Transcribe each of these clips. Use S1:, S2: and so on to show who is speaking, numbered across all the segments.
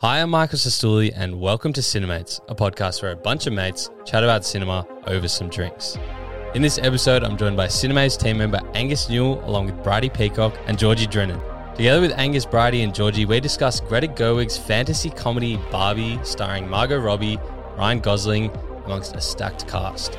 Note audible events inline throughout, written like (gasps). S1: Hi, I'm Michael Sestouli, and welcome to Cinemates, a podcast where a bunch of mates chat about cinema over some drinks. In this episode, I'm joined by Cinemates team member Angus Newell, along with Bridie Peacock and Georgie Drennan. Together with Angus, Bridie, and Georgie, we discuss Greta Gerwig's fantasy comedy Barbie, starring Margot Robbie, Ryan Gosling, amongst a stacked cast.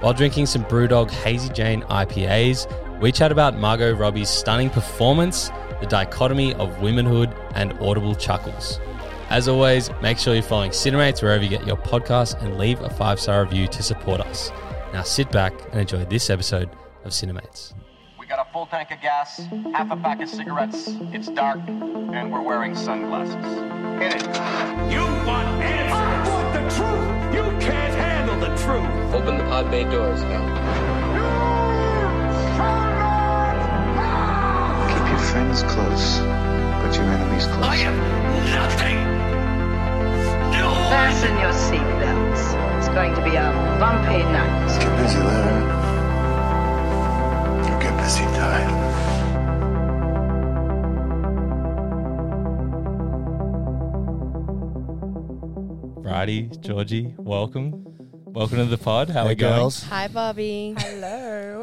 S1: While drinking some Brewdog Hazy Jane IPAs, we chat about Margot Robbie's stunning performance, the dichotomy of womanhood, and audible chuckles. As always, make sure you're following Cinemates wherever you get your podcasts and leave a five star review to support us. Now sit back and enjoy this episode of Cinemates.
S2: We got a full tank of gas, half a pack of cigarettes, it's dark, and we're wearing sunglasses. Hit it.
S3: You want answers. I want the truth. You can't handle the truth.
S4: Open the pod bay doors now.
S5: Keep your friends close, but your enemies close.
S3: I am nothing. No.
S6: Fasten your seatbelts. It's going to be a bumpy night.
S5: Get busy living. You get busy dying.
S1: Righty, Georgie, welcome. Welcome to the pod. How are we going?
S7: girls.
S8: Hi, Bobby.
S9: Hello.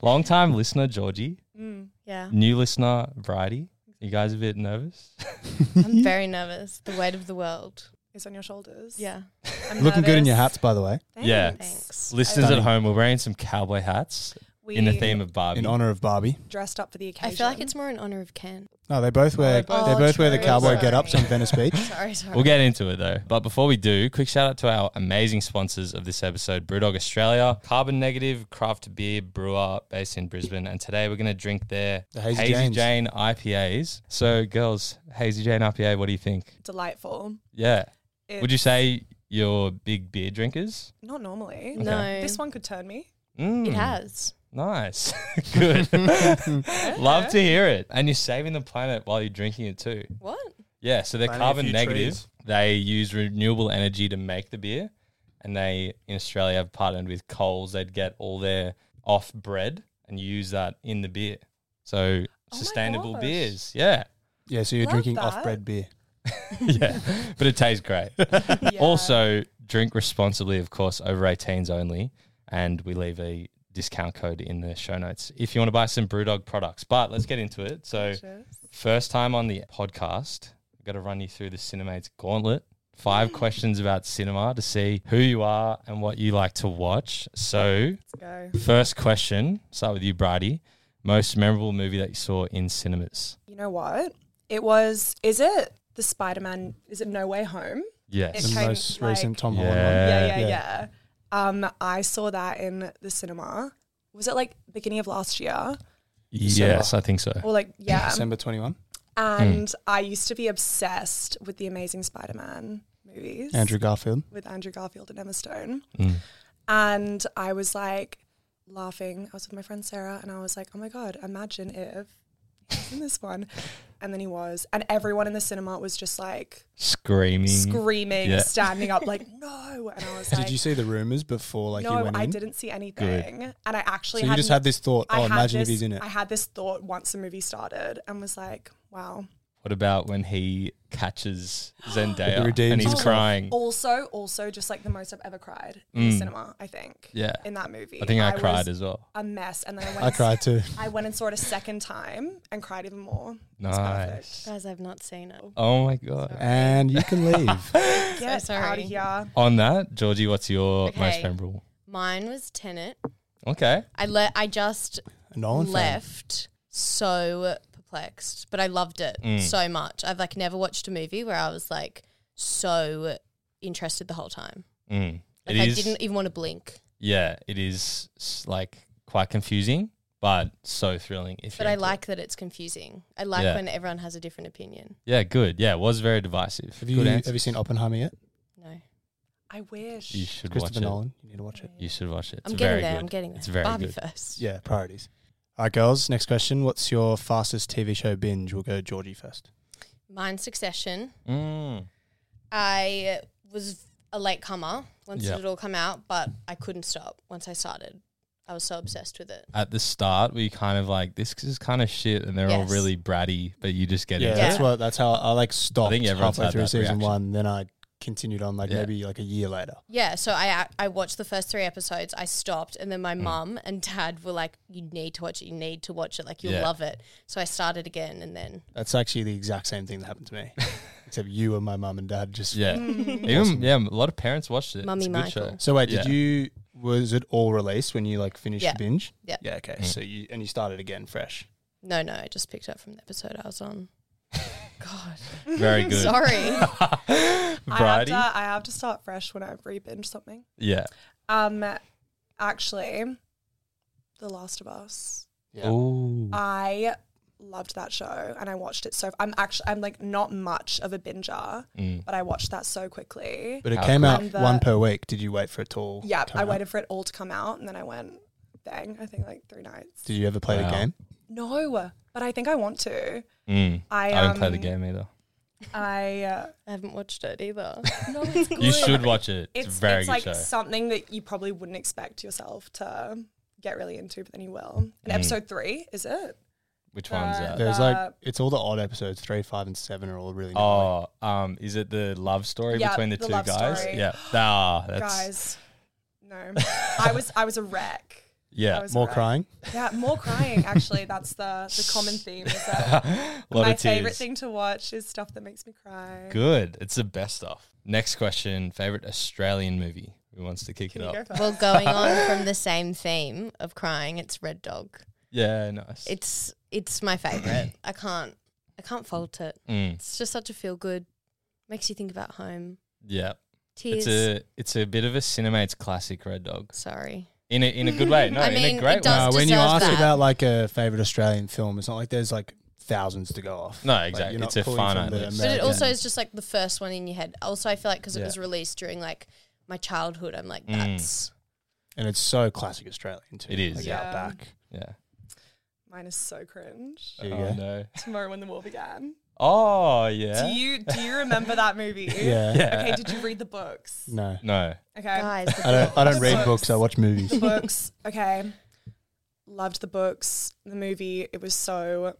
S1: Long time listener, Georgie.
S8: (laughs)
S1: (laughs)
S8: Yeah,
S1: New listener, Bridie. You guys a bit nervous?
S8: I'm very nervous. The weight of the world.
S9: It's on your shoulders.
S8: Yeah.
S9: I'm
S7: Looking good in your
S9: nervous.
S7: hats, by the way,
S1: Yeah.
S8: Thanks.
S1: Listeners at
S7: Stunning.
S1: home, we're wearing some cowboy hats
S9: We
S1: in the theme of Barbie.
S7: in honor of Barbie.
S9: dressed up for the occasion.
S8: I feel like it's more in honor of Ken.
S7: No, they both wear
S9: they both-
S7: they
S8: Oh,
S7: both wear the
S8: true.
S7: cowboy
S8: Sorry.
S7: get
S8: (laughs)
S7: ups on Venice Beach.
S8: Sorry, sorry.
S1: We'll get into it though. But before we do, quick shout out to our amazing sponsors of this episode Brewdog Australia, Carbon Negative, craft beer brewer based in Brisbane. And today we're going to drink their
S7: The Hazy
S1: Jane.
S7: Janes.
S1: IPAs. So, girls, Hazy Jane IPA, what do you think?
S9: delightful.
S1: Yeah. Would you
S9: It's-
S1: say you're big beer drinkers?
S9: not normally?
S8: No,
S9: This one could turn me.
S1: Mm,
S8: it has.
S1: Nice. (laughs) Good. Love to hear it. And you're saving the planet while you're drinking it too.
S8: What?
S1: Yeah, so they're
S7: Planting a
S1: carbon
S7: few
S1: negative.
S7: trees.
S1: They use renewable energy to make the beer, and they in Australia have partnered with Coles. They'd get all their off bread and use that in the beer.
S7: Oh
S1: So sustainable
S9: gosh.
S1: beers, yeah, (laughs)
S7: Yeah, so you're
S9: Love
S7: drinking
S9: that.
S7: off bread beer.
S1: yeah, but it tastes
S7: (laughs)
S1: great. Also, drink responsibly, of course, over 18s only, and we leave a discount code in the show notes if you want to buy some BrewDog products. But let's get into it. So. First time on the podcast, I've got to run you through the Cinemates Gauntlet.
S9: (gasps)
S1: Five questions about cinema to see who you are and what you like to watch. So,
S9: Let's go.
S1: first question, start with you, Brady. Most memorable movie that you saw in cinemas?
S9: You know what? It was. Is it the Spider Man? Is it No Way Home?
S1: Yes.
S9: It
S7: The
S9: came,
S7: most
S9: like-
S7: recent Tom
S1: Yeah.
S7: Holland. one.
S9: yeah, yeah,
S7: yeah.
S9: yeah, Um, I saw that in the cinema. Was it like beginning of last year
S1: Yes, I think so.
S9: or like yeah?
S7: December twenty one.
S9: And
S7: Mm.
S9: I used to be obsessed with the Amazing Spider Man movies.
S7: Andrew Garfield.
S9: with Andrew Garfield and Emma Stone.
S1: Mm.
S9: And I was like laughing. I was with my friend Sarah and I was like, oh my God, imagine if he's in this one. And then he was. And everyone in the cinema was just like
S1: Screaming.
S9: screaming,
S1: Yeah.
S9: standing up,
S7: (laughs)
S9: like, no. And I was like,
S7: Did you see the rumors before like you
S9: no,
S7: went
S9: I
S7: in?
S9: didn't see anything. And I actually
S7: So you just had this thought,
S9: I
S7: oh,
S9: had
S7: imagine if
S9: this-
S7: he's in it.
S9: I had this thought once the movie started and was like, wow.
S1: what about when he
S9: (gasps)
S1: catches Zendaya
S7: redeems
S1: and he's
S7: himself.
S1: crying?
S9: Also, also just like the most I've ever cried in
S7: Mm.
S9: the cinema, I think.
S1: Yeah.
S9: In that movie.
S1: I think I,
S9: was
S1: cried as well.
S9: a mess. And then I went
S7: I
S9: and (laughs)
S7: cried too.
S9: I went and saw it a second time and cried even more. It's perfect.
S1: Nice.
S8: Guys, I've not seen it.
S1: Oh my God.
S7: And you can
S9: (laughs)
S7: leave.
S9: Get
S8: sorry.
S9: out of here.
S1: (laughs) On that, Georgie, what's your most
S8: Okay.
S1: memorable?
S8: Mine was Tenet.
S1: Okay.
S8: I le- I just
S7: A Nolan fan.
S8: left so perplexed, but I loved it so much. I've like never watched a movie where I was like so interested the whole time.
S1: Mm. It
S8: Like I
S1: is-
S8: didn't even want to blink.
S1: yeah, it is s- like quite confusing, but so thrilling. If
S8: But
S1: you're
S8: I
S1: into it.
S8: like that it's confusing. I like
S1: Yeah.
S8: when everyone has a different opinion.
S1: yeah, good. Yeah, it was very divisive.
S7: Have you
S1: good
S7: have
S1: answer.
S7: you seen Oppenheimer yet?
S8: No.
S9: I wish.
S1: You should watch
S7: Christopher
S1: it.
S7: Nolan. You need to watch it.
S1: You should watch it. It's
S8: I'm getting
S1: very
S8: there.
S1: good.
S8: I'm getting there.
S1: It's very
S8: Barbie
S1: good.
S8: first.
S7: Yeah, priorities. All right, girls. Next question. What's your fastest TV show binge? We'll go Georgie first.
S8: Mine Succession.
S1: Mm.
S8: I was a late comer once
S1: Yeah.
S8: it had all come out, but I couldn't stop once I started. I was so obsessed with it.
S1: at the start were you kind of like, this is kind of shit and they're all
S8: Yes.
S1: really bratty, but you just get
S7: Yeah,
S1: into
S8: Yeah.
S1: it?
S7: that's what. That's how I like stopped
S1: everyone's
S7: halfway
S1: had
S7: through
S1: that
S7: season
S1: reaction.
S7: one. Then I continued on like
S1: Yeah.
S7: maybe like a year later.
S8: Yeah, so I I watched the first three episodes. I stopped, and then my
S1: Mm.
S8: mum and dad were like, "You need to watch it. You need to watch it. Like you'll
S1: Yeah.
S8: love it." So I started again, and then
S7: That's actually the exact same thing that happened
S1: (laughs)
S7: to me, except you and my mum and dad
S8: (laughs)
S7: just.
S1: Yeah. Even, yeah, a lot of parents watched it.
S8: Mm. Mummy
S1: it's a good show.
S8: Michael.
S7: So wait,
S1: Yeah.
S7: did you? Was it all released when you like finished
S8: Yeah.
S7: the binge?
S8: Yeah.
S7: Yeah. Okay. So
S1: Mm.
S7: you and you started again fresh.
S8: no, no, I just picked up from the episode I
S1: (laughs)
S8: was on. God, (laughs)
S1: Very good.
S8: sorry.
S9: I have,
S1: Variety.
S9: to, I have to start fresh when I re-binge something.
S1: Yeah.
S9: Um, actually, The Last of Us.
S8: Uh,
S7: Yeah.
S1: Ooh.
S9: I loved that show and I watched it so. I'm actually I'm like not much of a binger,
S1: Mm.
S9: but I watched that so quickly.
S7: But it
S1: How
S7: came
S1: cool.
S7: out
S9: And the-
S7: one per week. Did you wait for it to all?
S9: Yeah,
S7: come
S9: I
S7: out?
S9: waited for it all to come out and then I went bang. I think like three nights.
S7: Did you ever play
S1: Wow.
S7: the game?
S9: No, but I think I want to.
S1: Mm. I,
S9: I, um,
S1: didn't play the game either.
S9: I uh,
S8: I haven't watched
S1: (laughs)
S8: it either.
S9: no, it's good.
S1: You should watch it. It's,
S9: It's,
S1: a very
S9: it's
S1: good
S9: like
S1: show.
S9: something that you probably wouldn't expect yourself to get really into, but then you will. And
S1: Mm.
S9: episode three is it?
S1: Which one's
S9: uh,
S1: that?
S7: There's
S9: Uh,
S7: like it's all the odd episodes. Three, five, and seven are all really. gnarly.
S1: Oh, um, is it the love story
S9: Yeah,
S1: between the,
S9: the
S1: two
S9: love
S1: guys?
S9: story.
S1: Yeah. Ah, that's (laughs)
S9: Guys, no, (laughs) I was I was a wreck. I
S1: yeah.
S9: was a
S7: More
S9: wreck.
S7: crying.
S9: Yeah, more crying. Actually, that's the the common theme. Is
S1: (laughs)
S9: that
S1: A lot
S9: uh, my
S1: of tears.
S9: favorite thing to watch is stuff that makes me cry.
S1: Good. It's the best stuff. Next question. Favorite Australian movie. Who wants to kick
S9: Can
S1: it
S9: you
S1: up?
S9: go first?
S8: well, going on from the same theme of crying, it's Red Dog.
S1: Yeah, nice.
S8: It's it's my favorite. I can't I can't fault it.
S1: Mm,
S8: It's just such a feel good. Makes you think about home.
S1: yeah. It's
S8: Tears.
S1: a it's a bit of a cinemates classic red dog.
S8: Sorry.
S1: In a in a good
S9: (laughs)
S1: way. No,
S8: I
S1: in
S8: mean,
S1: a
S8: it
S1: great way.
S8: does
S7: Uh, when you
S8: deserve
S7: ask
S8: that.
S7: about like a favorite Australian film, it's not like there's like thousands to go off.
S1: No,
S7: Like,
S1: exactly.
S7: you're not
S1: It's a
S7: pulling
S1: finite
S7: from the
S1: list.
S8: But it
S7: American-
S8: also is just like the first one in your head. Also, I feel like because it
S1: Yeah.
S8: was released during like my childhood, I'm like,
S1: Mm.
S8: that's
S7: and it's so classic Australian too.
S1: It is.
S7: like
S9: Yeah.
S7: out back.
S1: Yeah.
S9: Mine is so cringe.
S7: There you
S1: oh
S7: go.
S1: no.
S9: Tomorrow when the war began.
S1: Oh yeah.
S9: Do you do you remember that movie?
S1: (laughs)
S7: Yeah.
S1: Yeah.
S9: Okay. Did you read the books?
S7: No,
S1: No.
S9: Okay.
S8: guys. the
S7: I don't. I don't
S9: The
S7: read
S1: (laughs)
S9: books.
S7: books. I watch
S8: (laughs)
S7: movies.
S9: the books. Okay. Loved the books. The movie. It was so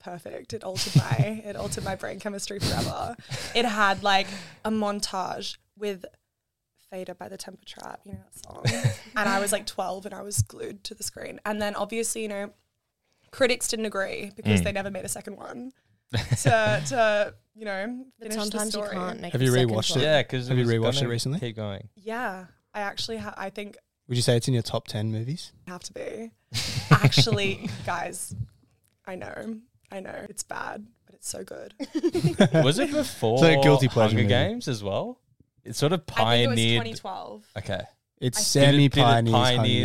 S9: perfect. It altered my it altered my brain chemistry forever. It had like a montage with Fader by the Temper Trap, you know that song. and I was like twelve and I was glued to the screen. And then obviously, you know, critics didn't agree because they never made a second one. to, to you know,
S8: But
S9: finish the
S8: sometimes you
S9: story.
S8: can't make
S7: Have
S8: the
S7: you
S8: second
S7: rewatched
S8: one.
S7: it?
S1: Yeah, because
S7: Have you rewatched it recently?
S1: Keep going.
S9: Yeah. I actually ha- I think
S7: Would you say it's in your top
S1: (laughs)
S7: ten movies?
S9: have to be. Actually, guys, I know, I know, it's bad, but it's so good.
S1: was it before
S7: (laughs) It's like a guilty pleasure
S1: Hunger
S7: movie.
S1: Games as well? It sort of
S9: I think it was
S1: pioneered.
S9: 2012,
S1: Okay,
S7: It's
S9: I-
S1: Did it- did
S7: semi
S1: it pioneer the,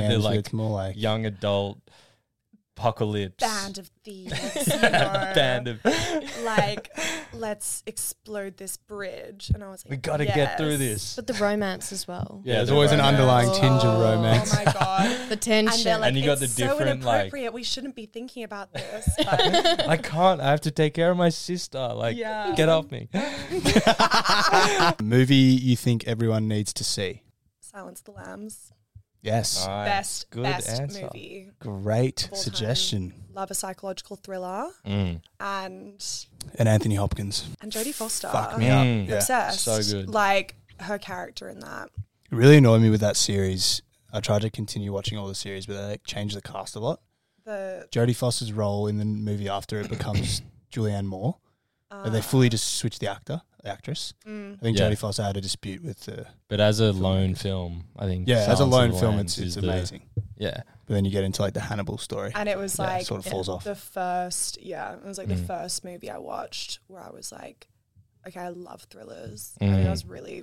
S7: pioneer.
S1: like,
S7: It's more like
S1: young adult apocalypse
S9: Band of
S1: (laughs)
S9: Thieves, you know,
S1: Band of.
S9: like
S1: (laughs)
S9: let's explode this bridge, and I was like,
S1: We gotta get through
S9: yes.
S1: this.
S8: But the romance as well.
S7: yeah. There's
S1: the
S7: always an
S1: romance.
S7: underlying tinge of
S9: Oh
S7: romance.
S9: my
S7: (laughs)
S9: god.
S8: The tension.
S9: And they're like,
S1: And you got
S9: it's
S1: the
S9: so
S1: different, like-
S9: inappropriate. we shouldn't be thinking
S1: (laughs)
S9: about this.
S1: (laughs)
S9: But
S1: I can't. I have to take care of my sister. Like,
S9: Yeah.
S1: get off
S9: (laughs)
S1: me.
S7: Ah, Movie you think everyone needs to see?
S9: Silence of the Lambs,
S7: Yes,
S1: Nice.
S9: best
S1: Good
S9: best
S1: answer.
S9: movie.
S7: great
S9: of all time.
S7: suggestion.
S9: Love a psychological thriller,
S1: Mm.
S9: and
S7: And Anthony Hopkins.
S9: and Jodie Foster.
S7: Fuck me
S1: Mm.
S7: up. Yeah.
S9: obsessed.
S1: so good.
S9: Like her character in that.
S7: It really annoyed me with that series. I tried to continue watching all the series, but they like, changed the cast a lot.
S9: The
S7: Jodie Foster's role in the movie after it becomes
S1: (coughs)
S7: Julianne Moore. and
S9: um, Ah.
S7: they fully just switched the actor, the actress.
S9: mm,
S7: I think
S1: Yeah.
S7: Jodie Foster had a dispute with the
S1: But as a lone film, I think.
S7: yeah.
S1: Silence
S7: as a
S1: of the
S7: lone film,
S1: Lambs
S7: it's, it's
S1: is the-
S7: amazing.
S1: Yeah.
S7: But then you get into like the Hannibal story.
S9: and it was
S1: Yeah,
S9: like
S7: sort of falls off.
S9: the first yeah, it was like
S1: Mm.
S9: the first movie I watched where I was like, Okay, I love thrillers. I,
S1: Mm.
S9: mean, I was really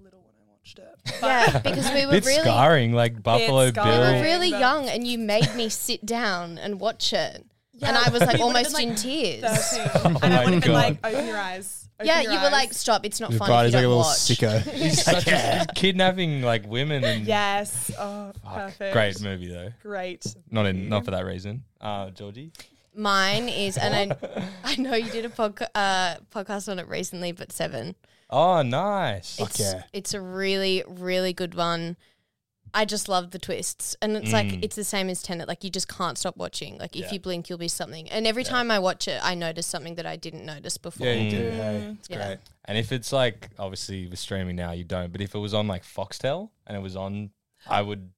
S9: little when I watched
S8: (laughs)
S9: it.
S1: (laughs)
S8: Yeah, because we were
S1: It's
S8: really
S1: scarring, like Buffalo
S9: scarring.
S8: we
S1: Bill.
S8: were really
S9: But-
S8: young, and you made me sit down and watch it,
S9: Yeah,
S8: and I was like
S9: we would've
S8: almost
S9: been,
S8: in
S9: like,
S8: tears.
S9: 13.
S1: (laughs)
S9: and
S1: Oh my
S9: I would have been
S1: God.
S9: like, Open your eyes. open
S8: Yeah,
S9: your
S8: you were
S9: eyes."
S8: like, "Stop! It's not
S7: The
S8: fun if
S7: Bridie's
S8: you
S7: like a
S8: don't
S7: little
S8: watch."
S7: sicko.
S1: He's such a, kidnapping like women and
S9: Yes. Oh
S1: Fuck.
S9: perfect.
S1: great movie though.
S9: Great.
S1: Not in not for that reason. Uh, Georgie. (laughs)
S8: Mine is, and I, (laughs) I know you did a podca- uh, podcast on it recently, but Seven.
S1: Oh, nice.
S7: Fuck
S8: it's,
S7: yeah.
S8: it's a really, really good one. I just love the twists. And it's
S7: Mm.
S8: like, it's the same as Tenet. Like, you just can't stop watching. Like, if you blink, you'll be something. And every time I watch it, I notice something that I didn't notice before.
S7: (laughs) Yeah, you do. Hey,
S9: Mm.
S7: it's
S8: Yeah.
S7: great.
S1: And if it's like obviously with streaming now you don't, but if it was on like Foxtel and it was on, I would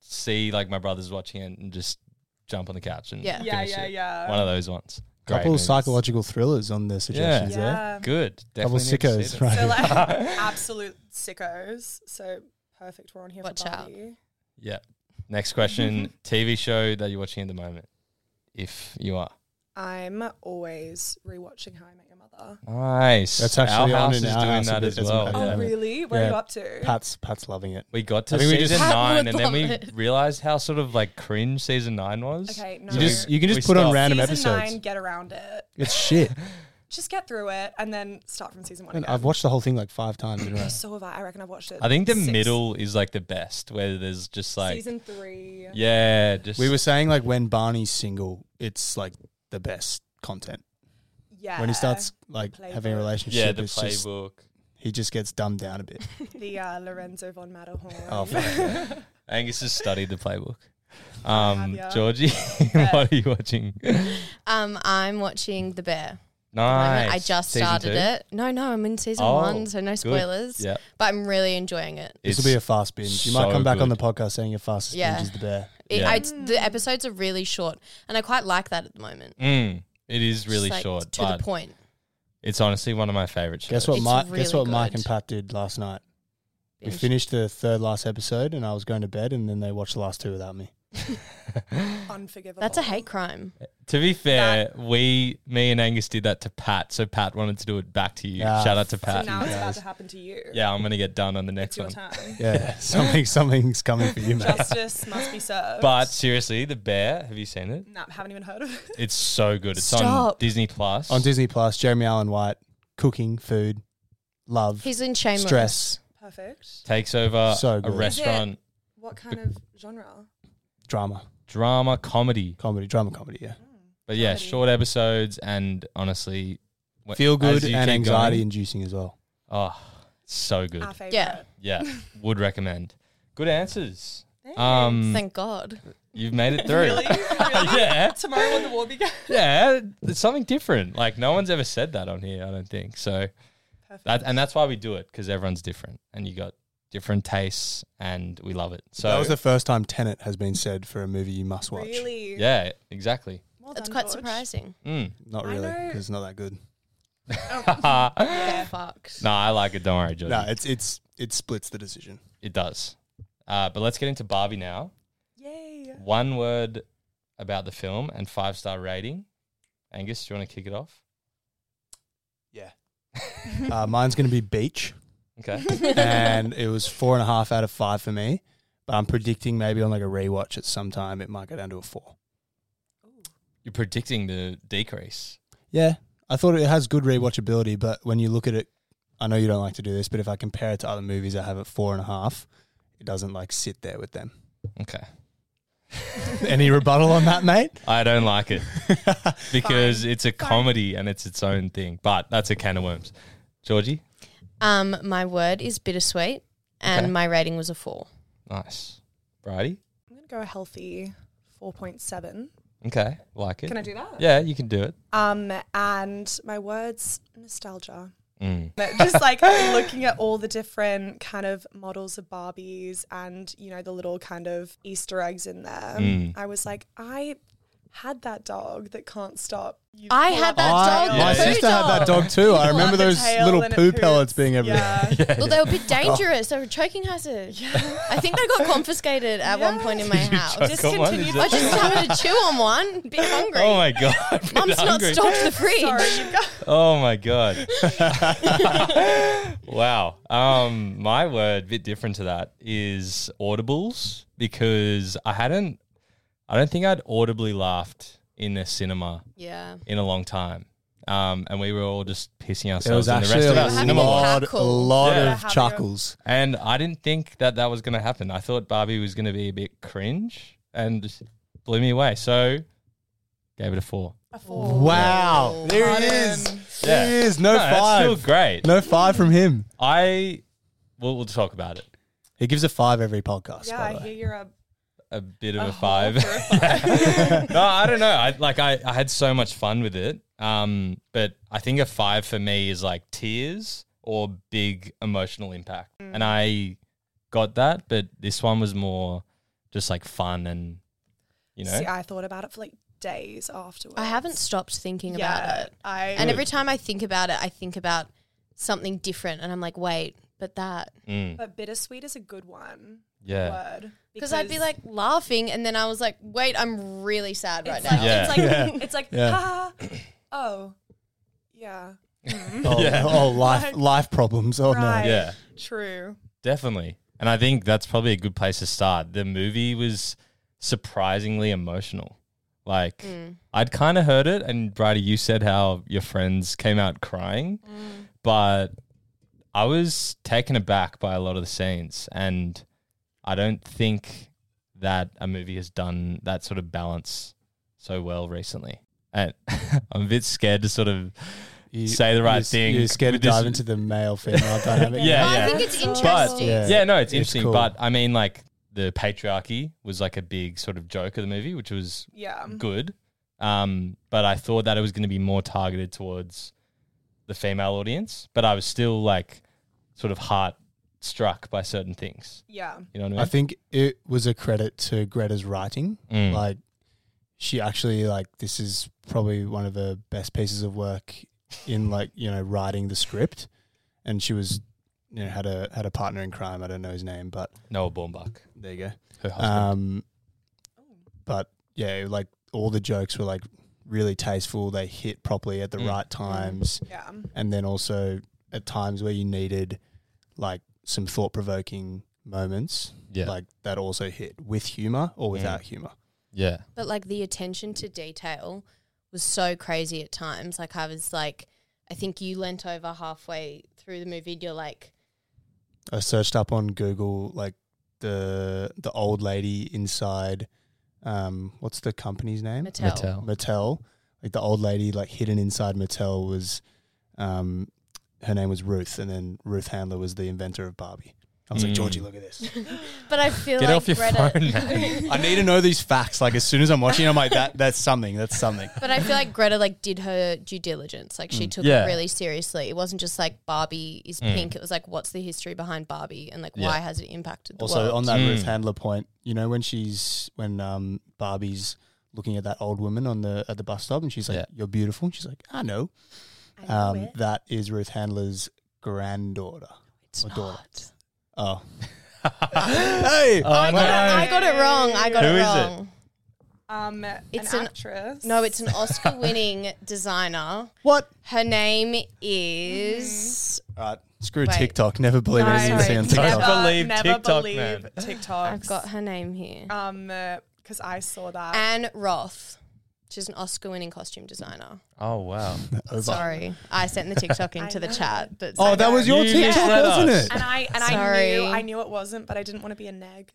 S1: see like my brothers watching it and just jump on the couch and
S8: Yeah.
S9: Yeah,
S1: finish
S9: yeah,
S1: it.
S9: yeah.
S1: One of those ones. Great
S7: Couple
S1: movies.
S7: psychological thrillers on the suggestions
S1: is
S7: there.
S9: yeah.
S1: Good.
S7: Couple
S1: Definitely need to see
S9: (laughs)
S7: sickos,
S1: them.
S7: right?
S9: So like absolute sickos. So perfect. We're on here
S8: Watch
S9: for
S8: out.
S9: Barbie.
S1: Yeah. Next
S9: (laughs)
S1: question: TV show that you're watching at the moment, if you are.
S9: I'm always rewatching How I Met Your Mother.
S1: Nice.
S7: That's actually
S1: our
S7: on
S1: house
S7: in
S1: is
S7: our
S1: doing
S7: house a
S1: that
S7: bit
S1: as
S7: as
S1: well.
S7: well.
S9: Oh
S1: yeah.
S7: Yeah.
S9: really? Where are
S7: Yeah.
S9: you up to?
S7: Pat's Pat's loving it.
S1: We got to
S7: I think we
S1: season
S7: just-
S1: nine,
S8: Pat
S1: and then we
S8: would love it.
S1: realized how sort of like cringe season nine was.
S9: okay, no.
S7: You just
S1: we-
S7: you can
S1: we
S7: just put on
S1: stopped.
S7: random
S9: season
S7: episodes.
S9: nine, get around it.
S7: It's shit.
S9: Just get through it and then start from season one.
S7: And
S9: again.
S7: I've watched the whole thing like five times in a row.
S9: So have I. I reckon I've watched it.
S1: I think the
S9: six-
S1: middle is like the best, where there's just like
S9: season three.
S1: yeah, just
S7: We were saying like when Barney's single, it's like the best content.
S9: Yeah.
S7: When he starts like having a
S9: Playbook.
S7: relationship,
S1: yeah the
S7: it's just,
S1: playbook.
S7: he just gets dumbed down a bit.
S9: the uh, Lorenzo von Matterhorn.
S7: Oh, fuck.
S1: Angus has studied the playbook. Um,
S9: ya.
S1: Georgie, (laughs) what are you
S8: (laughs)
S1: watching?
S8: Um, I'm watching The Bear. at the moment.
S1: nice.
S8: I just
S1: Season
S8: started
S1: two?
S8: it. No, no, I'm in season
S1: Oh,
S8: one, so no
S1: good.
S8: spoilers.
S1: Yeah,
S8: But I'm really enjoying it.
S7: this will
S1: It's-
S7: be a fast binge. You might
S1: so
S7: come back on the
S1: good.
S7: podcast saying your fastest
S8: Yeah.
S7: binge is the bear.
S8: it
S1: Yeah.
S8: I, the episodes are really short, and I quite like that at the moment.
S1: Mm, it is really
S8: Just, like,
S1: short,
S8: to
S1: but
S8: the point.
S1: it's honestly one of my favorite shows.
S7: Guess what,
S8: It's
S7: Mike? guess
S8: really
S7: what Mike
S8: good.
S7: and Pat did last night. We
S8: Binge.
S7: finished the third last episode, and I was going to bed, and then they watched the last two without me.
S9: (laughs)
S1: (laughs)
S9: Unforgivable.
S8: That's a hate crime.
S1: To be fair, we, me and Angus did that to Pat, so Pat wanted to do it back to you.
S7: Yeah.
S1: Shout out to
S9: So
S1: Pat.
S9: now it's about to happen to you.
S1: yeah, I'm gonna get done on the next
S9: It's your
S1: one.
S9: time.
S7: Yeah, something something's coming (laughs) for you, mate.
S9: Justice must be served.
S1: But seriously, the bear. Have you seen
S9: (laughs)
S1: it?
S9: Nah, haven't even heard of it.
S1: It's so good. It's on
S8: Stop.
S1: Disney Plus.
S7: on Disney Plus, Jeremy Allen White, cooking, food, love,
S8: He's in shameless.
S7: stress,
S9: Perfect.
S1: takes over
S7: So
S1: a
S7: good.
S1: restaurant
S9: What kind of genre?
S7: drama,
S1: drama comedy.
S7: comedy, drama, comedy.
S1: Mm.
S7: Yeah,
S1: But yeah,
S9: Comedy.
S1: short episodes and honestly, wh-
S7: feel
S1: as
S7: good
S1: you
S7: and
S1: keep
S7: anxiety
S1: going-
S7: inducing as well.
S1: oh, so good.
S9: Our favorite.
S8: Yeah.
S1: Yeah,
S9: (laughs)
S1: would recommend. Good answers.
S9: Thanks.
S1: Um,
S8: Thank God.
S1: you've made it through.
S9: (laughs) Really? really?
S1: (laughs) yeah,
S9: Tomorrow when the
S10: (laughs)
S9: war begins.
S1: yeah. It's something different. Like no one's ever said that on here. I don't think so. That and that's why we do it because everyone's different and you got different tastes and we love it. So
S7: that was (laughs) the first time Tenet has been said for a movie you must watch.
S9: Really?
S1: yeah, exactly.
S9: Well
S8: That's
S9: done,
S8: quite
S9: George.
S1: (laughs)
S8: surprising.
S1: Mm.
S7: Not
S9: I
S7: really,
S9: know-
S7: 'cause it's not that good.
S8: They're fucked.
S1: No, I like it. Don't worry, Georgie.
S7: No, it's it's it splits the decision.
S1: It does. Uh, but let's get into Barbie now.
S9: Yay.
S1: One word about the film and five star rating. Angus, do you want to kick it off?
S7: Yeah, uh, mine's gonna be Beach,
S1: Okay.
S8: (laughs)
S7: and it was four and a half out of five for me. But I'm predicting maybe on like a rewatch at some time it might go down to a four.
S1: You're predicting the decrease.
S7: Yeah, I thought it has good rewatchability, but when you look at it, I know you don't like to do this, but if I compare it to other movies I have at four and a half, it doesn't like sit there with them. (laughs)
S1: Okay.
S7: Any rebuttal on that, mate?
S1: I don't like it because it's a comedy and it's its own thing, but that's a can of worms. Georgie?
S8: Um, my word is bittersweet, and
S1: Okay.
S8: my rating was a four.
S1: Nice. Brady?
S9: I'm going to go a healthy 4.7.
S1: Okay. Like it.
S9: Can I do that?
S1: yeah, you can do it.
S9: Um, and my words, nostalgia.
S1: Mm.
S9: Just
S1: (laughs)
S9: like looking at all the different kind of models of Barbies and, you know, the little kind of Easter eggs in there.
S1: Mm.
S9: I was like, I had that dog that can't stop. You
S8: I
S9: pull
S8: had
S9: up
S8: that
S7: I-
S8: dog,
S7: my
S1: the poo
S7: sister had that dog too. I remember
S9: Oh. the
S7: those
S9: tail
S7: little
S9: and it
S7: poo
S9: poops.
S7: pellets being everywhere.
S9: (laughs)
S7: (laughs)
S9: Yeah.
S1: (laughs)
S8: Well, they were a
S1: Oh.
S8: bit dangerous. They were a choking hazard. I think they got confiscated at one point in my
S1: Got
S8: house.
S1: one, is
S9: Discontinued.
S1: it?
S8: I just happened to chew on one.
S1: (laughs)
S8: Bit hungry.
S1: Oh my (laughs) God.
S8: Mum's not
S1: Hungry.
S8: stocked (laughs) the fridge.
S9: Sorry, you've got
S1: Oh my
S9: (laughs)
S1: god! wow. Um, my word, bit different to that is audibles because I hadn't, I don't think I'd audibly laughed in a cinema
S8: Yeah.
S1: in a long time. Um, and we were all just pissing
S7: There
S1: ourselves
S7: was
S1: and the
S7: actually
S1: rest of
S7: a
S1: our
S8: having a
S1: cinema. was.
S7: lot, a
S8: cackle.
S7: lot
S1: Yeah.
S7: of chuckles.
S1: And I didn't think that that was going to happen. I thought Barbie was going to be a bit cringe and just blew me away. So gave it a four.
S9: a four.
S7: Wow. There it is. There it is. No
S1: That's still
S7: five.
S1: great.
S7: No five from him.
S1: I we'll, we'll talk about it.
S7: He gives a five every podcast.
S9: yeah,
S7: by
S9: I
S7: the way.
S9: hear you're
S7: (laughs)
S9: a
S1: a bit of
S9: A
S1: a
S9: whore
S1: five.
S9: for a
S1: no, I don't know. I like I, I had so much fun with it. Um, but I think a five for me is like tears or big emotional impact.
S9: Mm.
S1: And I got that, but this one was more just like fun and you know.
S9: See, I thought about it for like days afterwards.
S8: I haven't stopped thinking about it.
S9: I
S8: And every time I think about it, I think about something different, and I'm like, wait, but that
S1: Mm,
S9: but bittersweet is a good one
S1: yeah.
S9: word
S8: because I'd be like laughing, and then I was like, wait, I'm really sad right
S9: it's
S8: now.
S9: like,
S1: Yeah.
S9: it's like
S7: (laughs) Yeah.
S9: it's like
S7: Yeah.
S9: ha
S7: (coughs)
S9: oh yeah
S1: (laughs)
S7: Oh, oh,
S9: (laughs)
S7: life
S9: Like-
S7: life problems. Oh
S9: Right.
S7: no.
S1: Yeah.
S9: true
S1: Definitely. And I think that's probably a good place to start. The movie was surprisingly emotional. Like I'd kind of heard it and Brady you said how your friends came out crying, but I was taken aback by a lot of the scenes and I don't think that a movie has done that sort of balance so well recently. And (laughs) I'm a bit scared to sort of
S7: You,
S1: Say the right
S7: you're s-
S1: thing
S7: You're scared to
S1: with this-
S7: dive into the male female dynamic.
S1: (laughs) Yeah,
S8: I
S1: yeah.
S8: think it's
S9: But-
S8: interesting.
S7: Yeah.
S1: Yeah, no, it's,
S7: It's
S1: interesting.
S7: cool.
S1: But I mean, like the patriarchy was like a big sort of joke of the movie, which was
S9: yeah
S8: Mm-hmm.
S1: good. Um, but I thought that it was going to be more targeted towards the female audience. But I was still like sort of heart struck by certain things.
S9: yeah
S1: You know what I mean?
S7: I think it was a credit to Greta's writing.
S1: Mm.
S7: Like she actually like this is probably one of her best pieces of work in like, you know, writing the script. And she was you know, had a had a partner in crime, I don't know his name, but
S1: Noah Baumbach,
S7: there you go.
S1: her husband.
S7: Um, but yeah, like all the jokes were like really tasteful. They hit properly at the
S1: Mm.
S7: right times,
S9: yeah
S7: and then also at times where you needed like some thought provoking moments,
S1: yeah, Mm.
S7: like that also hit with humor or without humor.
S1: yeah,
S8: But like the attention to detail was so crazy at times. Like I was like, I think you leant over halfway through the movie and you're like,
S7: I searched up on Google like the the old lady inside. Um, what's the company's name?
S8: Mattel.
S7: Mattel, like the old lady, like hidden inside Mattel was, um, her name was Ruth, and then Ruth Handler was the inventor of Barbie. I was like,
S1: Mm.
S7: Georgie, look at this.
S8: But I feel
S1: Get
S8: like
S1: off your
S8: Greta,
S1: phone, man.
S7: I need to know these facts. Like as soon as I'm watching, I'm like, that that's something. That's something.
S8: But I feel like Greta like did her due diligence. Like she took
S1: Mm. Yeah. Mm.
S8: it really seriously. It wasn't just like Barbie is pink. It was like what's the history behind Barbie and like why
S1: Yeah.
S8: has it impacted the
S7: Also
S8: world?
S7: on that Ruth
S1: Mm.
S7: Handler point, you know when she's when um Barbie's looking at that old woman on the at the bus stop, and she's like,
S1: Yeah.
S7: "You're beautiful." And she's like, "I know." Um, that is Ruth Handler's granddaughter.
S8: it's
S7: or
S8: not.
S7: daughter. Oh. hey.
S8: (laughs)
S1: Oh.
S8: I, got it, I got it wrong. I got
S1: Who
S8: it
S1: is it?
S8: wrong.
S9: um
S8: It's
S9: an,
S8: an-
S9: actress
S8: No, it's an Oscar winning
S1: (laughs)
S8: designer.
S7: What?
S8: Her name is
S7: All right. Screw
S8: Wait.
S7: TikTok. Never believe
S9: No,
S7: anything you see on
S9: sorry.
S7: TikTok.
S1: Never believe
S9: never
S1: TikTok,
S9: believe
S1: man.
S9: TikToks.
S8: I've got her name here.
S9: um because I saw that
S8: Anne Roth. She's an Oscar winning costume designer.
S1: Oh wow,
S7: Over.
S8: Sorry. I sent the TikTok into the
S9: know.
S8: chat. But
S7: Oh, that was your
S1: You
S7: TikTok,
S1: misled
S7: wasn't
S1: us.
S7: it?
S9: and I and I
S8: Sorry.
S9: knew I knew it wasn't, but I didn't want to be a nag.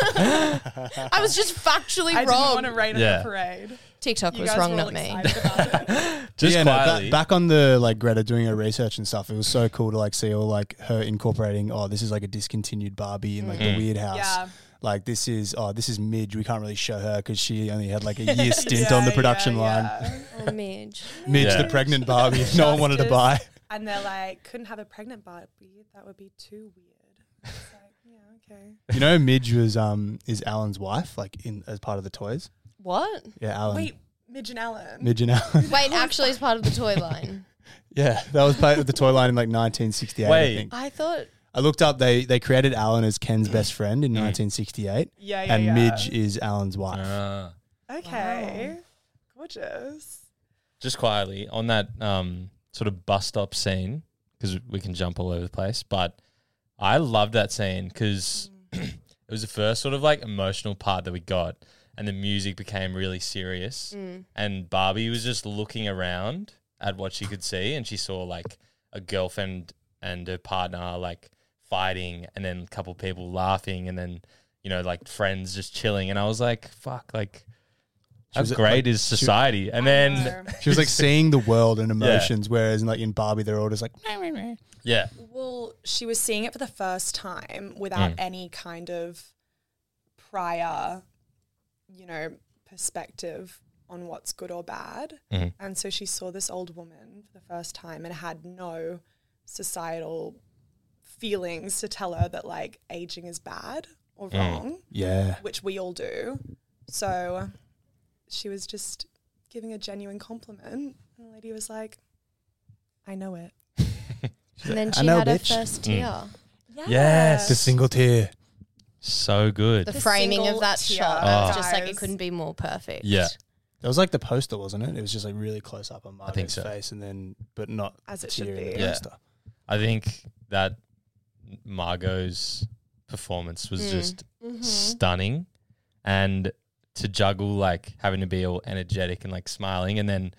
S8: I was just factually
S9: I didn't
S8: wrong.
S9: want to rain on
S1: Yeah.
S9: the parade.
S8: TikTok
S9: You
S8: was
S9: guys
S8: wrong,
S9: were all
S8: not me.
S9: excited
S8: (laughs)
S9: about it.
S1: just
S7: yeah, no, ba-
S1: quietly.
S7: back on the like Greta doing her research and stuff, it was so cool to like see all like her incorporating. Oh, this is like a discontinued Barbie in like
S1: Mm.
S7: the Weird House.
S9: Yeah.
S7: Like this is oh this is Midge. We can't really show her because she only
S9: (laughs)
S7: had like a year stint
S9: Yeah,
S7: on the production
S9: yeah,
S7: line. (laughs)
S9: yeah.
S8: Oh, Midge.
S7: Midge,
S1: Yeah.
S7: the pregnant Barbie, (laughs) no one wanted to
S9: Justice.
S7: buy.
S9: And they're like, couldn't have a pregnant Barbie. That would be too weird. It's like, (laughs) yeah, okay.
S7: You know, Midge was um is Alan's wife, like in as part of the toys.
S8: What?
S7: Yeah, Alan.
S9: Wait, Midge and Ellen.
S7: Midge and Alan.
S8: Wait, actually, it's part of the (laughs) toy line.
S7: (laughs) yeah, that was part of the toy line in like 1968.
S1: Wait.
S7: I think
S8: I thought.
S7: I looked up. They they created Alan as
S1: Mm-hmm.
S7: Ken's best friend in 1968,
S9: yeah, yeah,
S7: and
S9: yeah.
S7: Midge is Alan's wife.
S1: Ah.
S9: Okay. Gorgeous.
S1: just quietly on that um, sort of bus stop scene because we can jump all over the place but i loved that scene because (clears throat) it was the first sort of like emotional part that we got and the music became really serious and barbie was just looking around at what she could see and she saw like a girlfriend and her partner like fighting and then a couple people laughing and then you know like friends just chilling and i was like fuck like How
S7: was,
S1: great
S7: like,
S1: is
S7: she-
S1: society? and then,
S7: She was like seeing the world
S1: (laughs)
S7: and emotions, whereas in, like in Barbie, they're all just like, "Meh, meh, meh."
S1: yeah,
S9: Well, she was seeing it for the first time without any kind of prior, you know, perspective on what's good or bad. And so she saw this old woman for the first time and had no societal feelings to tell her that like aging is bad or wrong,
S7: yeah,
S9: which we all do. So she was just giving a genuine compliment. And the lady was like, I know it.
S8: And then
S7: I
S8: she
S7: know,
S8: had
S7: bitch. Mm.
S8: her first tear.
S1: Yes.
S7: the single tear.
S1: so good.
S8: The,
S9: The
S8: framing of
S9: single
S8: that
S9: tear,
S8: shot
S9: Oh.
S7: Ah.
S8: was just like it
S9: guys.
S8: couldn't be more perfect.
S1: Yeah.
S7: That was like the poster, wasn't it? It was just like really close up on Margaret's
S1: think so.
S7: face, and then but not
S9: As it
S7: tear
S9: should
S7: in the
S9: be.
S1: Yeah.
S7: poster.
S1: I think that Margot's performance
S8: Mm.
S1: was just
S8: Mm-hmm.
S1: stunning, and to juggle like having to be all energetic and like smiling, and then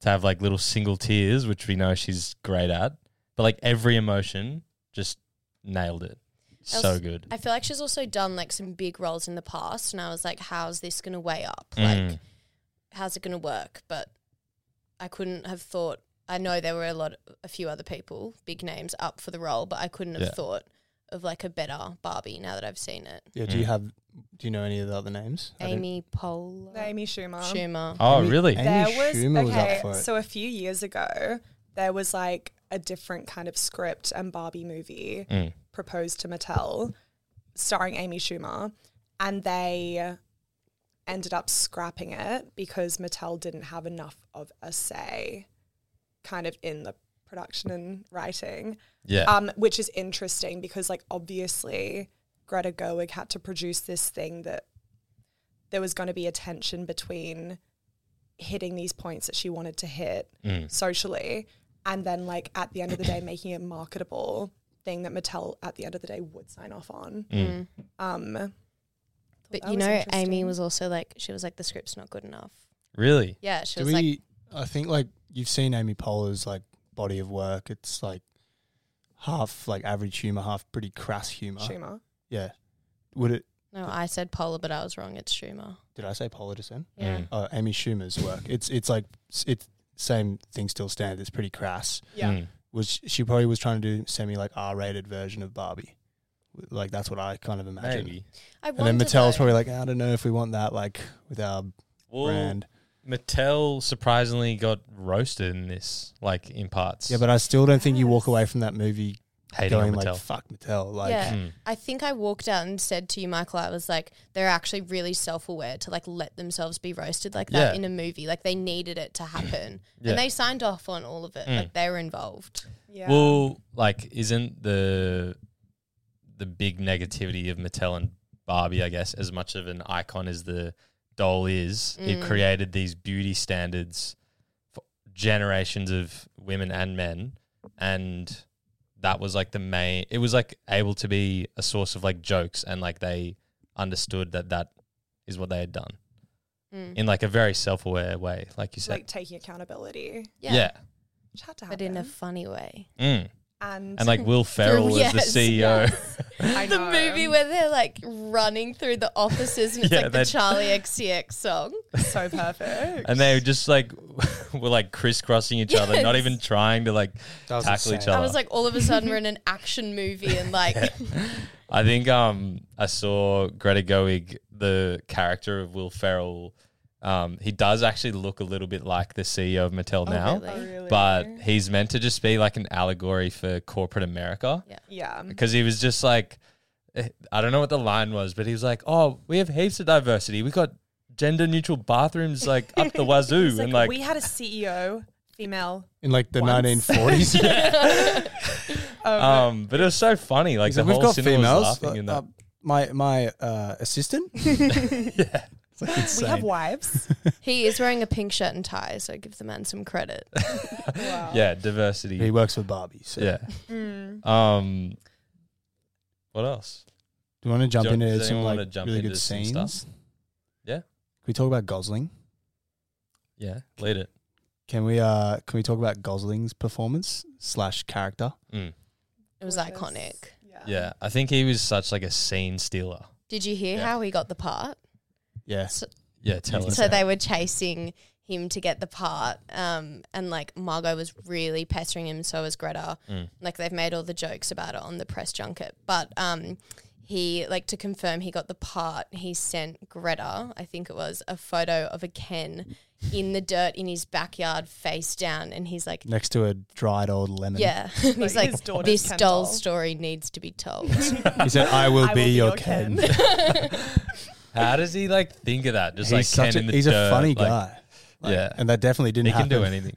S1: to have like little single tears, which we know she's great at, but like every emotion, just nailed it.
S8: I
S1: So
S8: was-
S1: good.
S8: I feel like she's also done like some big roles in the past, and I was like, how's this going to weigh up? Like,
S1: Mm.
S8: how's it going to work? But I couldn't have thought. I know there were a lot, a few other people, big names up for the role, but I couldn't have
S1: Yeah.
S8: thought of like a better Barbie now that I've seen it.
S7: Yeah.
S1: Mm.
S7: Do you have? Do you know any of the other names? I didn't-
S8: Amy Poehler,
S9: Amy Schumer.
S8: Schumer.
S1: Oh,
S7: Amy-
S1: really?
S7: Amy
S9: there was
S7: Schumer was
S9: okay.
S7: up for it.
S9: So a few years ago, there was like a different kind of script and Barbie movie
S1: Mm.
S9: proposed to Mattel, starring Amy Schumer, and they ended up scrapping it because Mattel didn't have enough of a say, kind of in the production and writing.
S1: Yeah.
S8: Uh,
S9: Um, which is interesting because, like, obviously, Greta Gerwig had to produce this thing that there was going to be a tension between hitting these points that she wanted to hit
S1: Mm.
S9: socially and then, like, at the end of the day, making it marketable thing that Mattel at the end of the day would sign off on.
S7: Oh,
S1: Mm.
S7: mm.
S8: mm.
S9: Um, thought
S8: But
S9: that
S8: you
S9: was
S8: know, Amy
S9: interesting.
S8: was also like, she was like, the script's not good enough.
S1: really?
S8: Yeah, she
S7: Do
S8: was
S7: we?
S8: like,
S7: I think like you've seen Amy Poehler's like body of work. It's like half like average humor, half pretty crass humor.
S9: Schumer.
S7: Yeah. Would it?
S8: no, I said Poehler, but I was wrong. It's Schumer.
S7: Did I say Poehler just then?
S8: Yeah.
S1: Mm.
S7: Oh, Amy Schumer's work. It's it's like s- it's same thing still stands. It's pretty crass.
S9: Yeah.
S1: Mm.
S7: Was she probably was trying to do semi like R rated version of Barbie? Like that's what I kind of imagine.
S1: Maybe.
S8: I
S7: And then
S8: wonder,
S7: Mattel's
S8: though.
S7: probably like, I don't know if we want that like with our
S1: Well,
S7: brand.
S1: Mattel surprisingly got roasted in this, like in parts.
S7: Yeah, but I still don't think you walk away from that movie
S1: hating on
S7: going
S1: Mattel.
S7: like fuck Mattel. Like
S8: yeah,
S1: Mm.
S8: I think I walked out and said to you, Michael, I was like, they're actually really self-aware to like let themselves be roasted like that
S1: Yeah.
S8: in a movie. Like they needed it to happen,
S1: Yeah.
S8: and they signed off on all of it. Like they were involved.
S9: Yeah.
S1: Well, like, isn't the the big negativity of Mattel and Barbie, I guess, as much of an icon as the doll is, it created these beauty standards for generations of women and men, and that was like the main. It was like able to be a source of like jokes, and like they understood that that is what they had done
S8: Mm.
S1: in like a very self aware way, like you said.
S9: like, taking accountability.
S8: Yeah,
S1: yeah.
S9: Which had to
S8: but
S9: happen.
S8: in a funny way.
S1: Mm. (laughs)
S9: and,
S1: And like Will
S8: (laughs)
S1: Ferrell is the E
S8: yes,
S1: CEO.
S9: I
S8: The
S9: know.
S8: movie where they're like running through the offices and it's
S1: Yeah,
S8: like the
S1: that-
S8: Charlie XCX song.
S9: so perfect.
S1: and they were just like (laughs) were like crisscrossing each other, not
S8: Yes.
S1: even trying to like
S7: That was
S1: tackle each
S7: insane.
S1: other.
S8: I was like, all of a sudden we're in an action
S1: (laughs)
S8: movie and like (laughs)
S1: I think um I saw Greta Goig, the character of Will Ferrell. Um, he does actually look a little bit like the CEO of Mattel now,
S8: really? Oh,
S9: really?
S1: but he's meant to just be like an allegory for corporate America.
S8: Yeah.
S9: yeah.
S1: because he was just like, eh, I don't know what the line was, but he was like, "Oh, we have heaps of diversity. We got gender neutral bathrooms like up
S8: (laughs)
S1: the wazoo,
S9: It's
S1: and like
S9: we had a CEO,
S7: (laughs)
S9: female.
S7: in like the
S9: Once.
S1: (laughs)
S7: nineteen forties. Oh,
S1: Um, but it was so funny. Like
S7: He's
S1: the
S7: like,
S1: whole cinema was laughing in
S7: uh,
S1: that.
S7: uh, my my uh,
S1: (laughs)
S7: assistant.
S8: (laughs)
S7: (laughs) It's like
S9: We have
S7: insane. (laughs)
S9: wives.
S8: he is wearing a pink shirt and tie, so give the man some credit.
S9: wow.
S1: yeah, diversity.
S7: He works for Barbie. So.
S1: yeah.
S7: Mm.
S1: Um, what else?
S7: Do you want to jump
S1: Do-
S7: into
S1: does
S7: some
S1: anyone
S7: like
S1: wanna jump
S7: really
S1: into
S7: good
S1: some
S7: scenes?
S1: stuff? Yeah.
S7: Can we talk about Gosling?
S1: Yeah, lead it.
S7: Can we uh can we talk about Gosling's performance slash character?
S1: Mm.
S8: It was
S9: Gorgeous.
S8: iconic.
S9: Yeah.
S1: Yeah, I think he was such like a scene stealer.
S8: Did you hear
S1: Yeah.
S8: how he got the part?
S7: Yeah.
S8: So-
S1: Yeah, tell us.
S8: So they were chasing him to get the part, um, and like Margot was really pestering him. So was Greta.
S7: Mm.
S8: Like they've made all the jokes about it on the press junket, but um, he like to confirm he got the part. He sent Greta, I think it was, a photo of a Ken in the dirt in his backyard, face down, and he's like.
S7: next to a dried old
S9: (laughs)
S7: lemon.
S8: Yeah, he's
S9: his
S8: like,
S9: daughter's
S8: this
S9: Ken
S8: doll
S9: doll."
S8: story needs to be told.
S7: He said, (laughs) "I will,
S9: I
S7: be,
S9: will be
S7: your
S9: your
S7: Ken."
S9: Ken.
S1: (laughs) How does he like think of that? Just
S7: he's
S1: like
S7: such
S1: Ken
S7: a,
S1: in the
S7: he's
S1: dirt,
S7: a funny
S1: like,
S7: guy. Like,
S1: yeah.
S7: and that definitely didn't
S1: He can
S7: happen.
S1: do anything.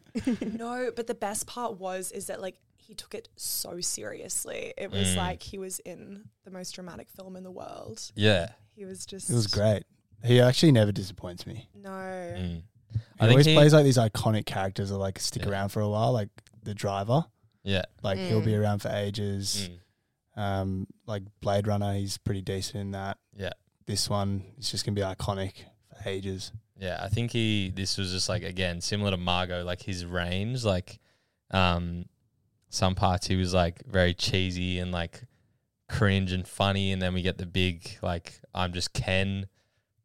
S9: No, but the best part was is that like he took it so seriously. It was
S7: Mm.
S9: like he was in the most dramatic film in the world.
S1: Yeah.
S9: He was just
S7: It was great. He actually never disappoints me.
S9: (laughs) No.
S7: Mm. He
S1: mm. I think
S7: always
S1: he-
S7: plays like these iconic characters that like stick
S1: Yeah.
S7: around for a while, like the driver.
S1: Yeah.
S7: Like he'll be around for ages.
S1: Mm.
S7: Um, like Blade Runner, he's pretty decent in that.
S1: Yeah.
S7: This one is just gonna be iconic for ages.
S1: Yeah, I think he. This was just like again similar to Margot, like his range. Like, um, some parts he was like very cheesy and like cringe and funny, and then we get the big like I'm just Ken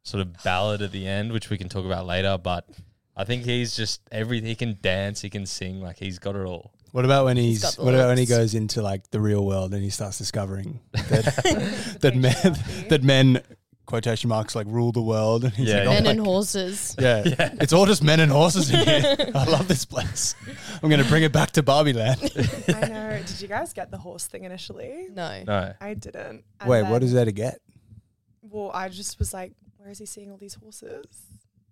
S1: sort of ballad at the end, which we can talk about later. But I think he's just everything. He can dance, he can sing, like he's got it all.
S7: What about when
S8: He's
S7: he's,
S8: got the
S7: what about when he
S8: looks.
S7: goes into like the real world and he
S1: (laughs)
S7: starts discovering
S8: (laughs)
S7: that that men that men quotation marks like rule the world and he's
S1: Yeah,
S7: like,
S1: yeah.
S7: "Oh
S8: Men
S7: my
S8: and horses.
S7: (laughs) Yeah. It's all just men and horses in
S8: (laughs)
S7: here. I love this place. I'm going to bring it back to Barbie land.
S8: (laughs)
S9: I know. Did you guys get the horse thing initially?
S8: No.
S1: No,
S9: I didn't. And
S7: Wait, what
S9: then-
S7: is there to get?
S9: Well, I just was like, where is he seeing all these horses?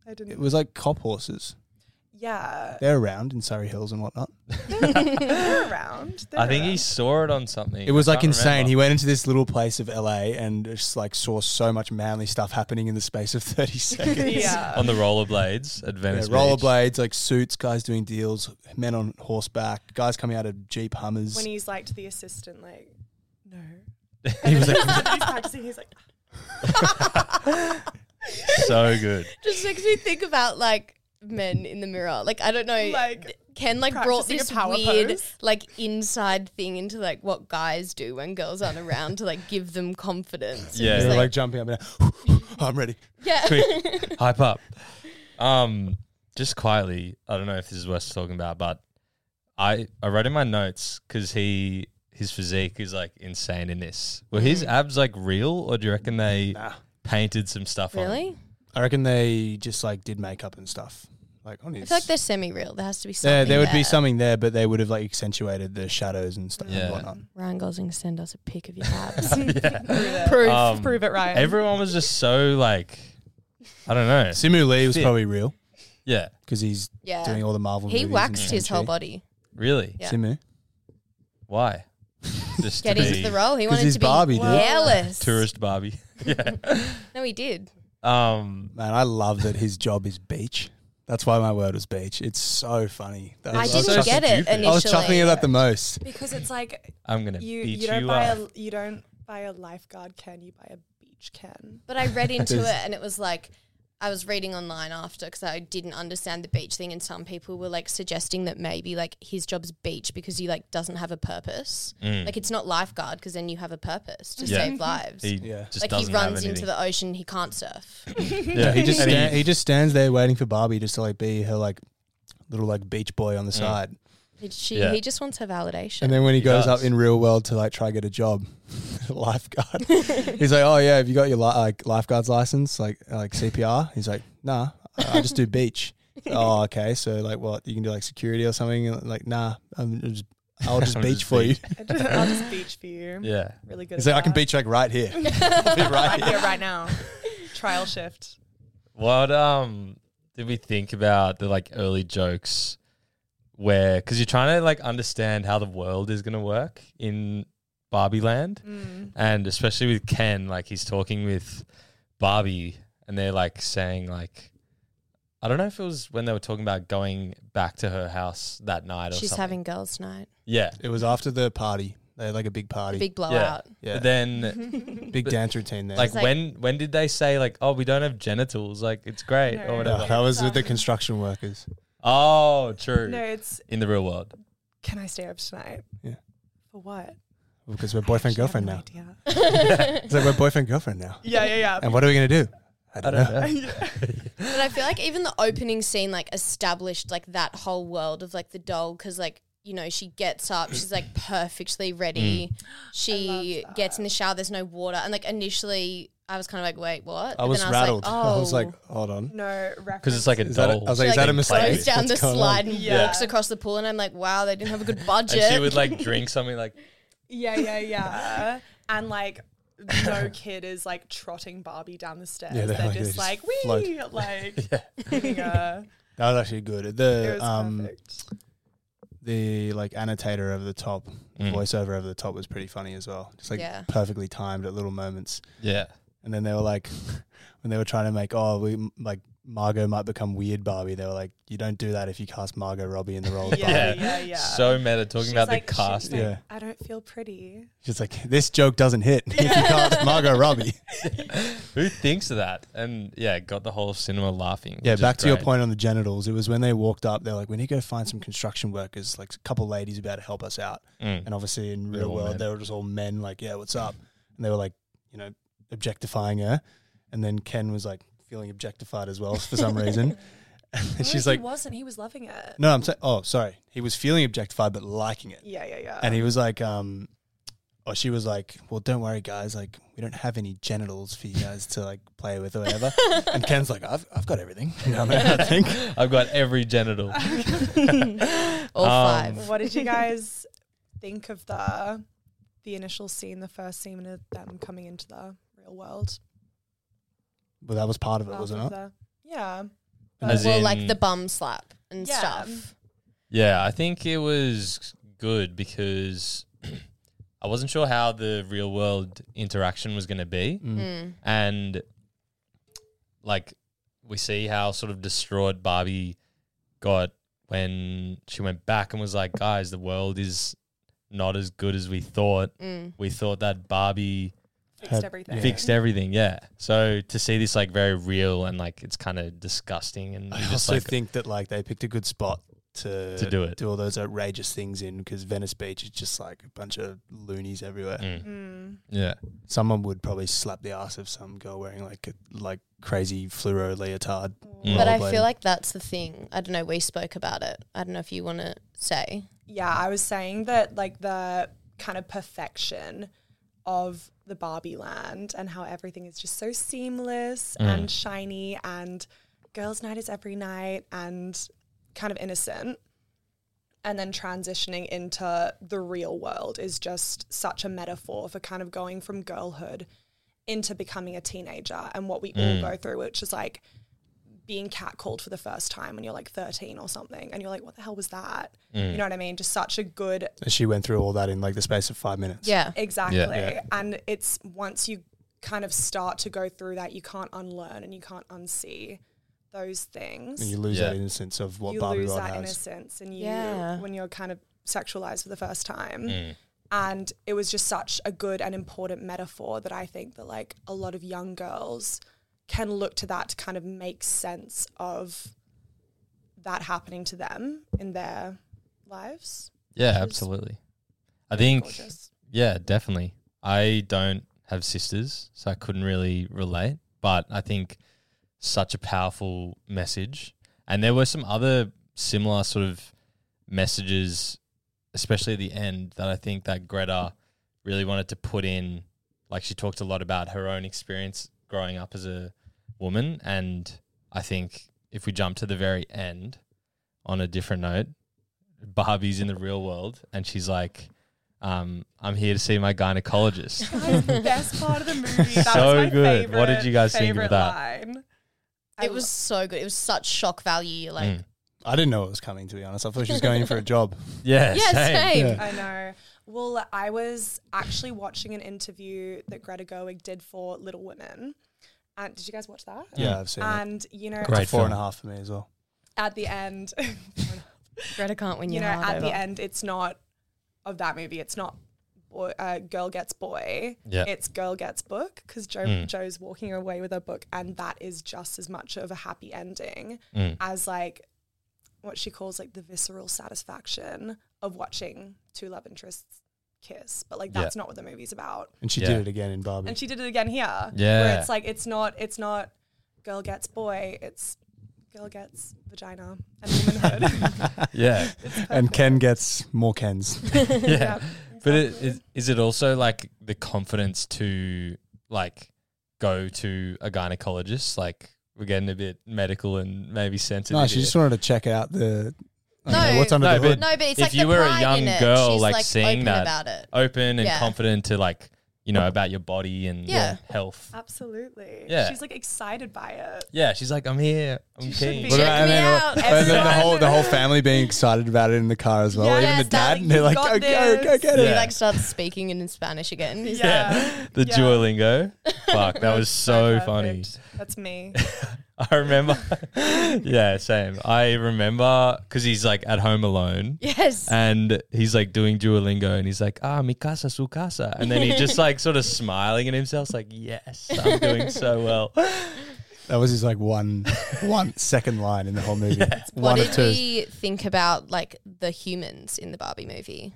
S9: I didn't.
S7: It was like cop horses.
S8: (laughs)
S9: yeah,
S7: They're around in Surrey Hills and whatnot.
S9: they're around. They're
S1: I think
S9: around.
S1: he saw it on something.
S7: It was
S1: I
S7: like
S1: can't
S7: insane.
S1: remember.
S7: He went into this little place of LA and just like saw so much manly stuff happening in the space
S1: (laughs)
S7: of 30 seconds.
S9: Yeah.
S1: on the rollerblades at
S7: Yeah,
S1: Venice. Beach.
S7: rollerblades, like suits, guys doing deals, men on horseback, guys coming out of Jeep Hummers.
S9: when he's like to the assistant, like, (laughs) no.
S7: He was like,
S9: he's
S7: (laughs)
S9: practicing. He's like,
S1: so good.
S8: Just makes me think about like men in the mirror. Like I don't know,
S9: Like,
S8: Ken like brought
S9: practicing a
S8: this
S9: power
S8: weird
S9: pose.
S8: like inside thing into like what guys do when girls aren't around to like give them confidence.
S1: Yeah.
S7: They were,
S8: It's
S7: like jumping up and
S8: (laughs)
S7: down. I'm ready.
S8: yeah.
S1: quick, hype up. Um, just quietly, I don't know if this is worth talking about, but I I wrote in my notes because he his physique is like insane in this. Were
S8: Mm.
S1: his abs like real, or do you reckon they painted some stuff on? (laughs)
S8: (laughs) really?
S7: I reckon they just like did makeup and stuff. Like on his.
S8: I feel like they're semi-real. There has to be something.
S7: Yeah, there would be
S8: there.
S7: something there, but they would have like accentuated the shadows and stuff
S1: Yeah.
S7: and whatnot.
S8: Ryan Gosling, send us a pic
S7: (laughs)
S8: of your abs. (laughs)
S9: prove,
S1: Um,
S9: prove it, Ryan.
S1: Everyone was just so like, I don't know.
S7: Simu Lee was
S1: Fit.
S7: probably real
S1: Yeah,
S7: because he's
S8: yeah.
S7: doing all the Marvel.
S8: he
S7: movies and
S8: waxed his whole
S7: Shang-Chi.
S8: body.
S1: really.
S8: Yeah.
S7: Simu,
S1: Why? Just
S8: Get
S1: to
S8: into
S1: be
S8: the role. He
S7: 'Cause
S8: wanted
S7: he's
S8: to be
S7: Barbie, dude.
S8: hairless.
S1: Tourist Barbie.
S8: (laughs)
S1: yeah.
S8: No, he did.
S1: Um.
S7: man, I love that his job is beach. That's why my word was beach. It's so funny. That
S8: I
S7: was-
S8: didn't
S7: I was, chuck-
S8: get it
S1: stupid.
S8: initially.
S7: I was chuckling it up the most.
S9: because it's like
S1: I'm gonna
S9: you
S1: beat
S9: you don't
S1: you
S9: buy
S1: up.
S9: a you don't buy a lifeguard can you buy a beach can.
S8: But I read into
S7: There's-
S8: it and it was like, I was reading online after because I didn't understand the beach thing, and some people were like suggesting that maybe like his job's beach because he like doesn't have a purpose.
S1: Mm.
S8: Like it's not lifeguard because then you have a purpose to
S1: Hmm. Yeah.
S8: save lives.
S1: he
S7: Yeah.
S1: just
S8: like he
S1: doesn't
S8: runs
S1: have
S8: into the ocean, he
S1: (laughs)
S8: can't surf.
S1: anything.
S8: (laughs)
S7: No, he just
S1: And
S7: sta- he just stands there waiting for Barbie just to like be her like little like beach boy on the side.
S8: He- she,
S1: Mm. Yeah.
S8: He just wants her validation.
S7: And then when he,
S1: He
S7: goes
S1: does.
S7: up in real world to like try to get a job, (laughs) lifeguard, he's like, "Oh yeah, have you got your li- like lifeguard's license, like like CPR?" He's like, "Nah, I I just
S8: (laughs)
S7: do beach."
S1: (laughs)
S7: oh, okay, so like what you can do like security or something? And, Like, nah, I'm just,
S1: (laughs)
S7: I'll just
S1: I'm
S7: beach
S1: just
S7: for
S1: beach.
S7: you.
S9: I just, (laughs) I'll just beach for you.
S1: yeah.
S9: (laughs) Really good.
S7: He's
S9: at
S7: like, "I can
S9: that.
S7: beach like right here, I'll
S9: (laughs)
S7: be right
S9: right
S7: here."
S9: here right now.
S7: (laughs)
S9: Trial shift.
S1: What um did we think about the like early jokes where because you're trying to like understand how the world is gonna work in Barbie Land,
S9: Mm.
S1: and especially with Ken, like he's talking with Barbie, and they're like saying like. I don't know if it was when they were talking about going back to her house that night or
S8: She's
S1: something.
S8: having girls' night,
S1: yeah,
S7: It was after the party. They had like a big party,
S8: big
S7: big,
S8: blowout.
S7: Yeah.
S1: But then,
S8: (laughs)
S7: dance routine there.
S1: like,
S8: like-
S1: when when did they say like, oh, we don't have genitals? Like, it's great or
S9: No.
S1: whatever.
S7: Oh, that was with the construction workers.
S1: Oh, true.
S9: No, it's
S1: In the real world,
S9: can I stay up tonight?
S7: Yeah.
S9: For what?
S7: Because we're boyfriend girlfriend now.
S9: Idea.
S7: It's like we're boyfriend girlfriend now.
S9: Yeah, yeah, yeah.
S7: And what are we gonna do? I don't know.
S1: (laughs)
S8: But I feel like even the opening scene like established like that whole world of like the doll because like you know she gets up she's
S7: (clears throat)
S8: like perfectly ready
S7: Mm.
S8: she gets in the shower there's no water and like initially I was kind of like wait what
S7: I was
S8: and
S7: rattled. (laughs) I was like,
S8: oh.
S7: hold on.
S9: No reference.
S1: because it's like a
S7: Is that a-
S1: doll.
S7: I was like, is
S8: She,
S7: that a
S8: like,
S7: mistake?
S8: goes down
S7: What's
S8: the
S7: going on?
S8: slide and
S9: Yeah.
S8: walks across the pool and I'm like wow they didn't have a good budget
S1: and she would like drink something like
S9: yeah, yeah, yeah, and like. No (laughs) kid is like trotting Barbie down the stairs.
S7: Yeah,
S9: they're,
S7: they're like- they
S9: just
S7: just
S9: like
S7: float.
S9: we (laughs) like having (laughs) a-
S7: That was actually good.
S9: It
S7: The
S9: was
S7: um
S9: perfect.
S7: the like annotator over the top,
S1: Mm.
S7: voiceover over the top was pretty funny as well. Just like
S8: Yeah.
S7: perfectly timed at little moments.
S1: yeah.
S7: And then they were like, (laughs) when they were trying to make, oh, we m- like Margot might become weird Barbie. They were like, you don't do that if you cast Margot Robbie in the role. of Barbie.
S9: Yeah, yeah, yeah.
S1: So meta talking
S9: She's
S1: about
S9: like-
S1: the
S9: she's
S1: casting.
S9: like,
S7: Yeah.
S9: I don't feel pretty.
S7: She's like, this joke doesn't hit (laughs) if you cast Margot Robbie.
S1: (laughs) Who thinks of that? And yeah, got the whole cinema laughing.
S7: Yeah,
S1: which is
S7: back to
S1: (laughs)
S7: your
S1: great.
S7: point on the genitals. It was when they walked up, they're like, we need to go find some construction workers, like a couple ladies about to help us out.
S1: Mm.
S7: And obviously in
S1: They're
S7: real
S1: all
S7: world,
S1: men.
S7: they were just all men, like, yeah, what's up? And they were like, you know, objectifying her. And then Ken was like feeling objectified as well for some reason. And she's like,
S9: he wasn't. He was loving it.
S7: no, I'm saying, oh, sorry. He was feeling objectified, but liking it.
S9: Yeah, yeah, yeah.
S7: And he was like, um, or she was like, well, don't worry, guys. Like, we don't have any genitals for you guys to like play with or whatever. and Ken's like, I've, I've got everything. (laughs) You know what I mean? I
S1: (laughs)
S7: think.
S1: I've got every (laughs) genital.
S8: all
S1: Um,
S8: five
S9: what did (laughs) you guys think of the the initial scene, the first scene of them coming into the real world?
S7: Well, that was part of it,
S9: Half
S7: wasn't
S9: of
S7: it?
S9: the- yeah.
S1: As
S8: well
S1: in-
S8: like
S7: mm.
S8: the bum slap and
S9: Yeah.
S8: stuff
S1: Yeah, I think it was good because (clears throat) I wasn't sure how the real world interaction was going to be.
S9: Hmm.
S8: Mm.
S1: And like we see how sort of distraught Barbie got when she went back and was like, guys, the world is not as good as we thought.
S8: Mm.
S1: We thought that Barbie
S9: Fixed
S7: Had-
S9: everything.
S7: yeah.
S1: fixed everything. Yeah. So to see this like very real and like it's kind of disgusting and
S7: I
S1: you just
S7: also
S1: like
S7: think that like they picked a good spot to
S1: To do it.
S7: do all those outrageous things in because Venice Beach is just like a bunch of loonies everywhere.
S1: Mm.
S9: Mm.
S1: yeah.
S7: Someone would probably slap the ass of some girl wearing like a, like crazy fluoro leotard.
S1: Mm.
S8: but I
S7: rollerblading.
S8: feel like that's the thing I don't know we spoke about it I don't know if you want to say
S9: Yeah, I was saying that like the kind of perfection of the Barbie land and how everything is just so seamless and shiny and girls' night is every night and kind of innocent. And then transitioning into the real world is just such a metaphor for kind of going from girlhood into becoming a teenager and what we all go through, which is like being catcalled for the first time when you're like 13 or something and you're like, what the hell was that?
S1: Mm.
S7: Mm.
S9: You know what I mean? Just such a good
S7: And she went through all that in like the space of five minutes.
S8: yeah
S9: Exactly.
S7: Yeah.
S9: And it's once you kind of start to go through that, you can't unlearn and you can't unsee those things.
S7: And you lose that
S1: Yeah.
S7: innocence of what
S9: You
S7: Barbie
S9: lose
S7: world
S9: that
S7: has.
S9: innocence and you,
S8: Yeah.
S9: when you're kind of sexualized for the first time.
S7: Mm.
S1: Mm.
S9: And it was just such a good and important metaphor that I think that like a lot of young girls can look to that to kind of make sense of that happening to them in their lives.
S1: Yeah,
S9: is
S1: absolutely. I think
S9: Gorgeous.
S1: yeah, definitely. I don't have sisters, so I couldn't really relate, but I think such a powerful message. And there were some other similar sort of messages especially at the end that I think that Greta really wanted to put in like she talked a lot about her own experience growing up as a woman and I think if we jump to the very end on a different note Barbie's in the real world and she's like um, I'm here to see my gynecologist.
S9: Guys, the best part of the movie. That
S1: So
S9: was my
S1: good.
S9: Favorite,
S1: What did you guys think of
S9: favorite
S1: that?
S9: Line. I
S8: it was so good it was such shock value you're (laughs) like
S1: Mm.
S7: I didn't know it was coming to be honest. I thought she was going in
S9: (laughs)
S7: for a job.
S1: yeah,
S8: yeah
S1: same.
S8: same
S7: Yeah.
S9: I know. Well, I was actually watching an interview that Greta Gerwig did for Little Women. And did you guys watch that?
S7: Yeah, I've seen it.
S9: And you know,
S1: Great
S7: It's a four and a
S1: film.
S7: half for me as well.
S9: at the end,
S8: (laughs)
S9: (laughs)
S8: Greta can't win
S9: you
S8: your
S9: know,
S8: heart
S9: at
S8: over.
S9: the end, it's not of that movie. It's not boy, uh, girl gets boy.
S1: Yeah.
S9: It's girl gets book because jo-
S1: Mm.
S9: Joe's walking away with her book, and that is just as much of a happy ending
S1: Mm.
S9: as like what she calls like the visceral satisfaction of watching two love interests kiss. But like
S1: Yeah.
S9: that's not what the movie's about.
S7: And she
S1: Yeah.
S7: did it again in Barbie.
S9: And she did it again here.
S1: Yeah.
S9: Where it's like it's not it's not girl gets boy, it's girl gets vagina and
S7: (laughs)
S1: (laughs)
S9: womanhood. (laughs)
S1: Yeah.
S7: and Ken gets more Kens.
S8: (laughs)
S1: yeah.
S9: Yep,
S1: But it,
S9: exactly.
S1: is, is it also like the confidence to like go to a gynecologist? Like we're getting a bit medical and maybe sensitive.
S7: no, she
S1: here.
S7: just wanted to check out the. I don't
S8: No.
S7: know, what's under
S1: No,
S7: the
S1: but-
S9: (laughs)
S7: hood?
S8: No, but it's
S1: If
S8: like
S1: you
S8: the
S1: were a
S8: pride in
S1: young
S8: it.
S1: girl,
S8: She's
S1: like,
S8: like,
S1: seeing
S8: open
S1: that-
S8: about it.
S1: open and
S8: Yeah.
S1: confident to like you know about your body and
S8: Yeah.
S1: your health.
S9: Uh, Absolutely.
S1: Yeah.
S9: She's like excited by it.
S1: Yeah, she's like, I'm here. I'm
S9: She should
S1: keen.
S9: be.
S7: What
S8: Check
S7: about- and
S8: me
S7: then,
S8: out,
S7: and then the
S9: everyone.
S7: whole the whole family being excited about it in the car as well.
S9: Yes,
S7: Even the dad,
S9: darling,
S7: and they're
S9: you
S7: like,
S9: got
S7: "Go, go, go,
S9: this."
S7: get
S8: He
S7: it."
S1: Yeah.
S8: like starts speaking in Spanish again. He's
S1: (laughs)
S8: like,
S1: Yeah. The
S9: Yeah.
S1: Duolingo. Fuck, that was so funny.
S9: perfect. That's me.
S1: I remember. (laughs) yeah, same. I remember because he's like at home alone.
S8: (laughs) Yes.
S1: And he's like doing Duolingo and he's like, ah, mi casa, su casa. And
S9: (laughs)
S1: then he just like sort of smiling at himself, like, yes, I'm doing so well.
S7: That was his like one one second line in the whole movie.
S8: what
S7: One of
S8: did
S7: two.
S8: we think about like the humans in the Barbie movie?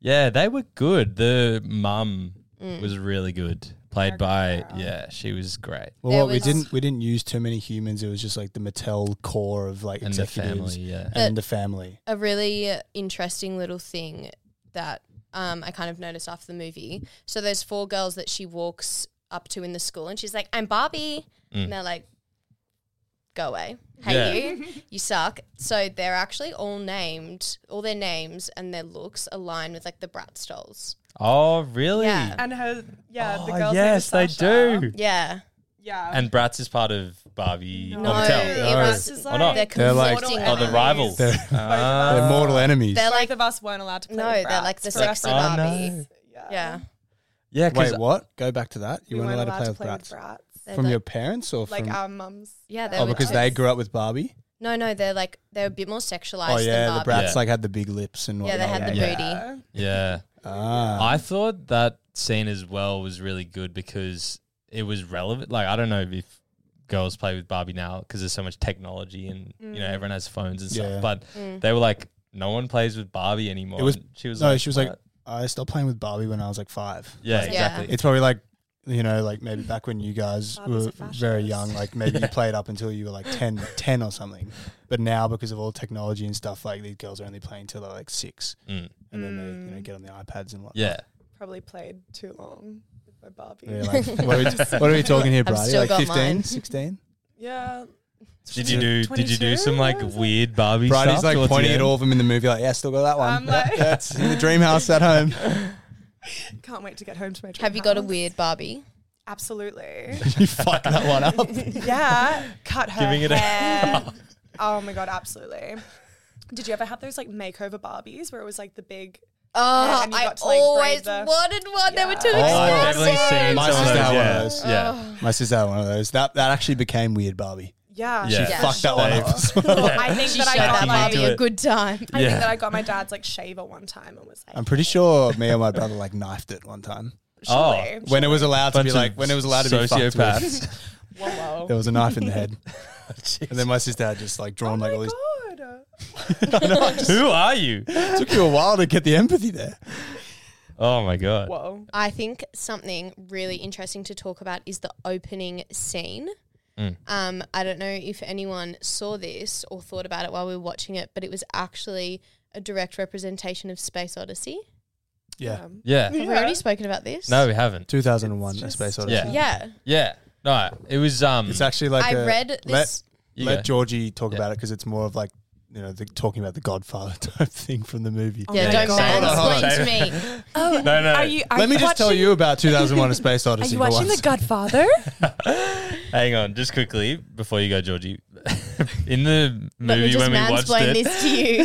S1: Yeah, they were good. The mum
S9: Mm.
S1: was really good. Played by, yeah, she was great.
S7: Well,
S8: There
S7: what, we
S8: was-
S7: didn't we didn't use too many humans. It was just like the Mattel core of like
S1: And the
S7: executives
S1: family, yeah.
S7: and the family.
S8: A really interesting little thing that um, I kind of noticed after the movie. So there's four girls that she walks up to in the school, and she's like, "I'm Barbie,"
S7: Mm.
S8: and they're like, "Go away, hey
S1: Yeah.
S8: you, you suck." So they're actually all named, all their names and their looks align with like the Bratz dolls.
S1: Oh, really?
S8: Yeah.
S9: And her, yeah, Uh,
S1: (laughs)
S9: the
S1: Oh,
S9: girl's name
S1: yes,
S9: is
S1: they
S9: Sasha.
S1: do.
S8: Yeah.
S9: Yeah.
S1: And Bratz is part of Barbie.
S9: No,
S8: No,
S1: Mattel.
S8: it
S9: Bratz
S8: was
S9: is
S1: Or
S9: like-
S1: not?
S8: they're
S7: They're like-
S8: conflicting.
S9: Mortal
S1: Oh, the
S8: enemies.
S1: rivals.
S7: They're,
S1: Ah.
S7: they're mortal enemies.
S8: They're
S9: Both
S8: like
S9: of us weren't allowed to play
S8: no,
S9: Bratz
S8: they're like the
S9: for us
S8: sexy
S9: to
S1: Oh, no.
S8: Barbie.
S9: Yeah.
S8: Yeah.
S1: Yeah,
S7: Wait,
S1: because
S7: what? Go back to that. You
S9: we
S7: weren't allowed to play with
S9: with
S7: brats
S9: Bratz.
S8: They're
S7: from
S8: like-
S7: your parents or
S9: Like
S7: from?
S9: our mums.
S8: Yeah, they
S7: Oh,
S8: were
S7: because
S8: just-
S7: they grew up with Barbie.
S8: No, no, they're like they're a bit more sexualized
S7: Oh
S8: than
S7: yeah, the Oh,
S8: Barbie.
S7: brats
S1: Yeah.
S7: like had the big lips and
S8: yeah,
S7: whatnot.
S8: they had the
S1: Yeah.
S8: booty.
S1: yeah,
S7: Ah,
S1: I thought that scene as well was really good because it was relevant. Like I don't know if girls play with Barbie now because there's so much technology and you know everyone has phones and
S7: Yeah.
S1: stuff. But they were like, no one plays with Barbie anymore.
S7: It was-
S1: And she was
S7: no,
S1: like,
S7: she was like,
S1: "What?"
S7: I stopped playing with Barbie when I was like five.
S1: yeah,
S8: Yeah.
S1: exactly.
S7: It's probably like, you know, like maybe back when you guys
S9: Barbie's a
S7: were
S9: fascist.
S7: very young, like
S1: (laughs)
S7: maybe you played up until you were like 10, 10 or something. But now, because of all technology and stuff, like these girls are only playing till they're like six.
S1: Mm.
S7: And then they, you know, get on the iPads and whatnot.
S1: Yeah,
S9: Probably played too long with my Barbie.
S7: They're like, (laughs) what, are we what are we talking
S1: (laughs)
S7: here,
S8: I've
S7: Brady?
S8: still
S7: Like
S8: got
S7: 15,
S8: mine.
S7: 16?
S9: (laughs) yeah.
S1: did you do? Did you do some
S9: 22?
S1: like
S9: Yeah, is that-
S1: weird Barbie
S7: Brady's
S1: stuff?
S7: like
S1: towards the
S7: pointing at
S1: end?
S7: all of them in the movie, like, yeah, still got that one.
S9: I'm like-
S7: (laughs) That's in the dream house at (laughs) home.
S9: Can't wait to get home to my dream
S8: Have you got a
S9: house.
S8: weird Barbie?
S7: (laughs)
S9: Absolutely.
S7: you fuck that one (laughs) up.
S9: yeah. Cut her
S1: Giving it a- (laughs)
S9: hair. oh my god, absolutely. Did you ever have those like makeover Barbies where it was like the big
S8: Oh,
S9: and you
S8: I
S9: got to, like, braid
S8: always
S9: the-
S8: wanted one. They were too
S9: Yeah.
S1: Oh, I've
S8: expensive.
S1: definitely seen some
S7: My
S1: of
S7: sister
S1: those.
S7: had one of
S1: Yeah,
S7: those. Oh,
S1: yeah.
S7: My sister had one of those. That that actually became Weird Barbie.
S9: yeah,
S1: Yeah.
S9: for
S8: Yeah.
S7: Fuck that one
S1: They-
S7: up. as well.
S9: sure. I think
S8: She
S9: that I
S8: showed
S9: got
S1: like-
S8: that Barbie
S1: Into
S8: a
S1: it.
S8: good time.
S9: I
S1: Yeah.
S9: think that I got my dad's like shaver one time and was like
S7: I'm pretty sure me and my brother like knifed it one time
S1: Oh.
S9: surely.
S7: when it was allowed to
S1: Bunch
S7: be
S1: of
S7: like when it was allowed to be fucked (laughs) with.
S1: sociopaths. Oh,
S9: Whoa, whoa.
S7: There was a knife in the
S1: (laughs)
S7: head, and then my sister had just like drawn
S9: Oh
S7: like all
S9: my
S7: these.
S9: god.
S1: (laughs) Who are you?
S7: It took you a while to get the empathy there.
S1: Oh my god.
S9: Whoa.
S8: I think something really interesting to talk about is the opening scene. Um, I don't know if anyone saw this or thought about it while we were watching it, but it was actually a direct representation of Space Odyssey.
S7: Yeah,
S1: Yeah.
S8: Have we already spoken about this?
S1: No, we haven't.
S7: 2001: A Space Odyssey.
S1: Yeah.
S8: Yeah.
S1: Yeah. No, it was um
S7: It's actually like
S8: I
S7: a-
S8: read
S7: let-
S8: this.
S1: you
S7: let
S1: go.
S7: Georgie talk
S1: Yeah.
S7: about it because it's more of like you know the, talking about the Godfather (laughs) type thing from the movie.
S8: yeah,
S9: my
S8: don't
S9: God.
S8: (laughs)
S1: Hold on,
S8: mansplain
S1: hold
S8: to
S1: on.
S8: me.
S1: No, no.
S9: Oh, Are you are
S7: Let me
S9: you
S7: just tell
S9: watching-
S7: you about 2001: A
S9: (laughs)
S7: Space
S9: Are
S7: Odyssey.
S9: you
S7: for
S9: watching
S7: once.
S9: The
S7: (laughs)
S9: Godfather?
S1: (laughs) Hang on, just quickly before you go,
S9: (laughs)
S1: Georgie. In the
S8: Let me
S1: movie
S8: just
S1: when we watched
S8: mansplain
S1: it,
S8: this to
S1: (laughs)
S8: you.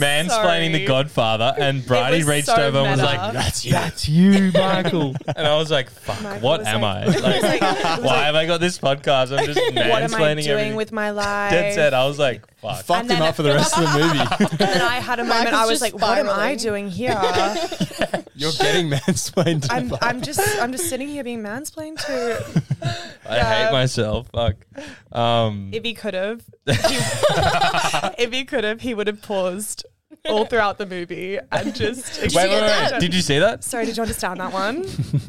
S1: mansplaining
S9: Sorry.
S1: the Godfather, and Brady
S9: was
S1: reached
S9: so
S1: over and was
S9: meta.
S1: like, "That's you, that's you,
S9: (laughs)
S7: (laughs)
S1: Michael." and I was like, "Fuck,
S9: Michael
S1: what
S9: (laughs) was
S1: am
S9: like-
S1: I? Like,
S9: like- he
S1: why
S9: was like-
S1: have I got this podcast? I'm just mansplaining
S9: (laughs) what am I doing
S1: everything."
S9: with my life?
S1: Dead set. I was
S9: (laughs)
S1: like, "Fuck."
S7: Fucked
S9: And
S7: him
S9: then-
S7: up for the rest of the
S9: (laughs)
S7: movie. (laughs)
S9: And then I had a moment. I
S8: Michael's
S9: was
S8: just
S9: like, "What am I
S8: spiraling.
S9: doing here?
S7: You're getting mansplained. to
S9: I'm,
S7: by-
S9: I'm just, I'm just sitting here being mansplained to."
S1: I
S9: Yeah.
S1: hate myself. Fuck. Um,
S7: (laughs)
S9: If he could have, if he could have, he would have paused all throughout the movie and just.
S8: you get that?
S1: Did you see that?
S9: Sorry, did you understand that one?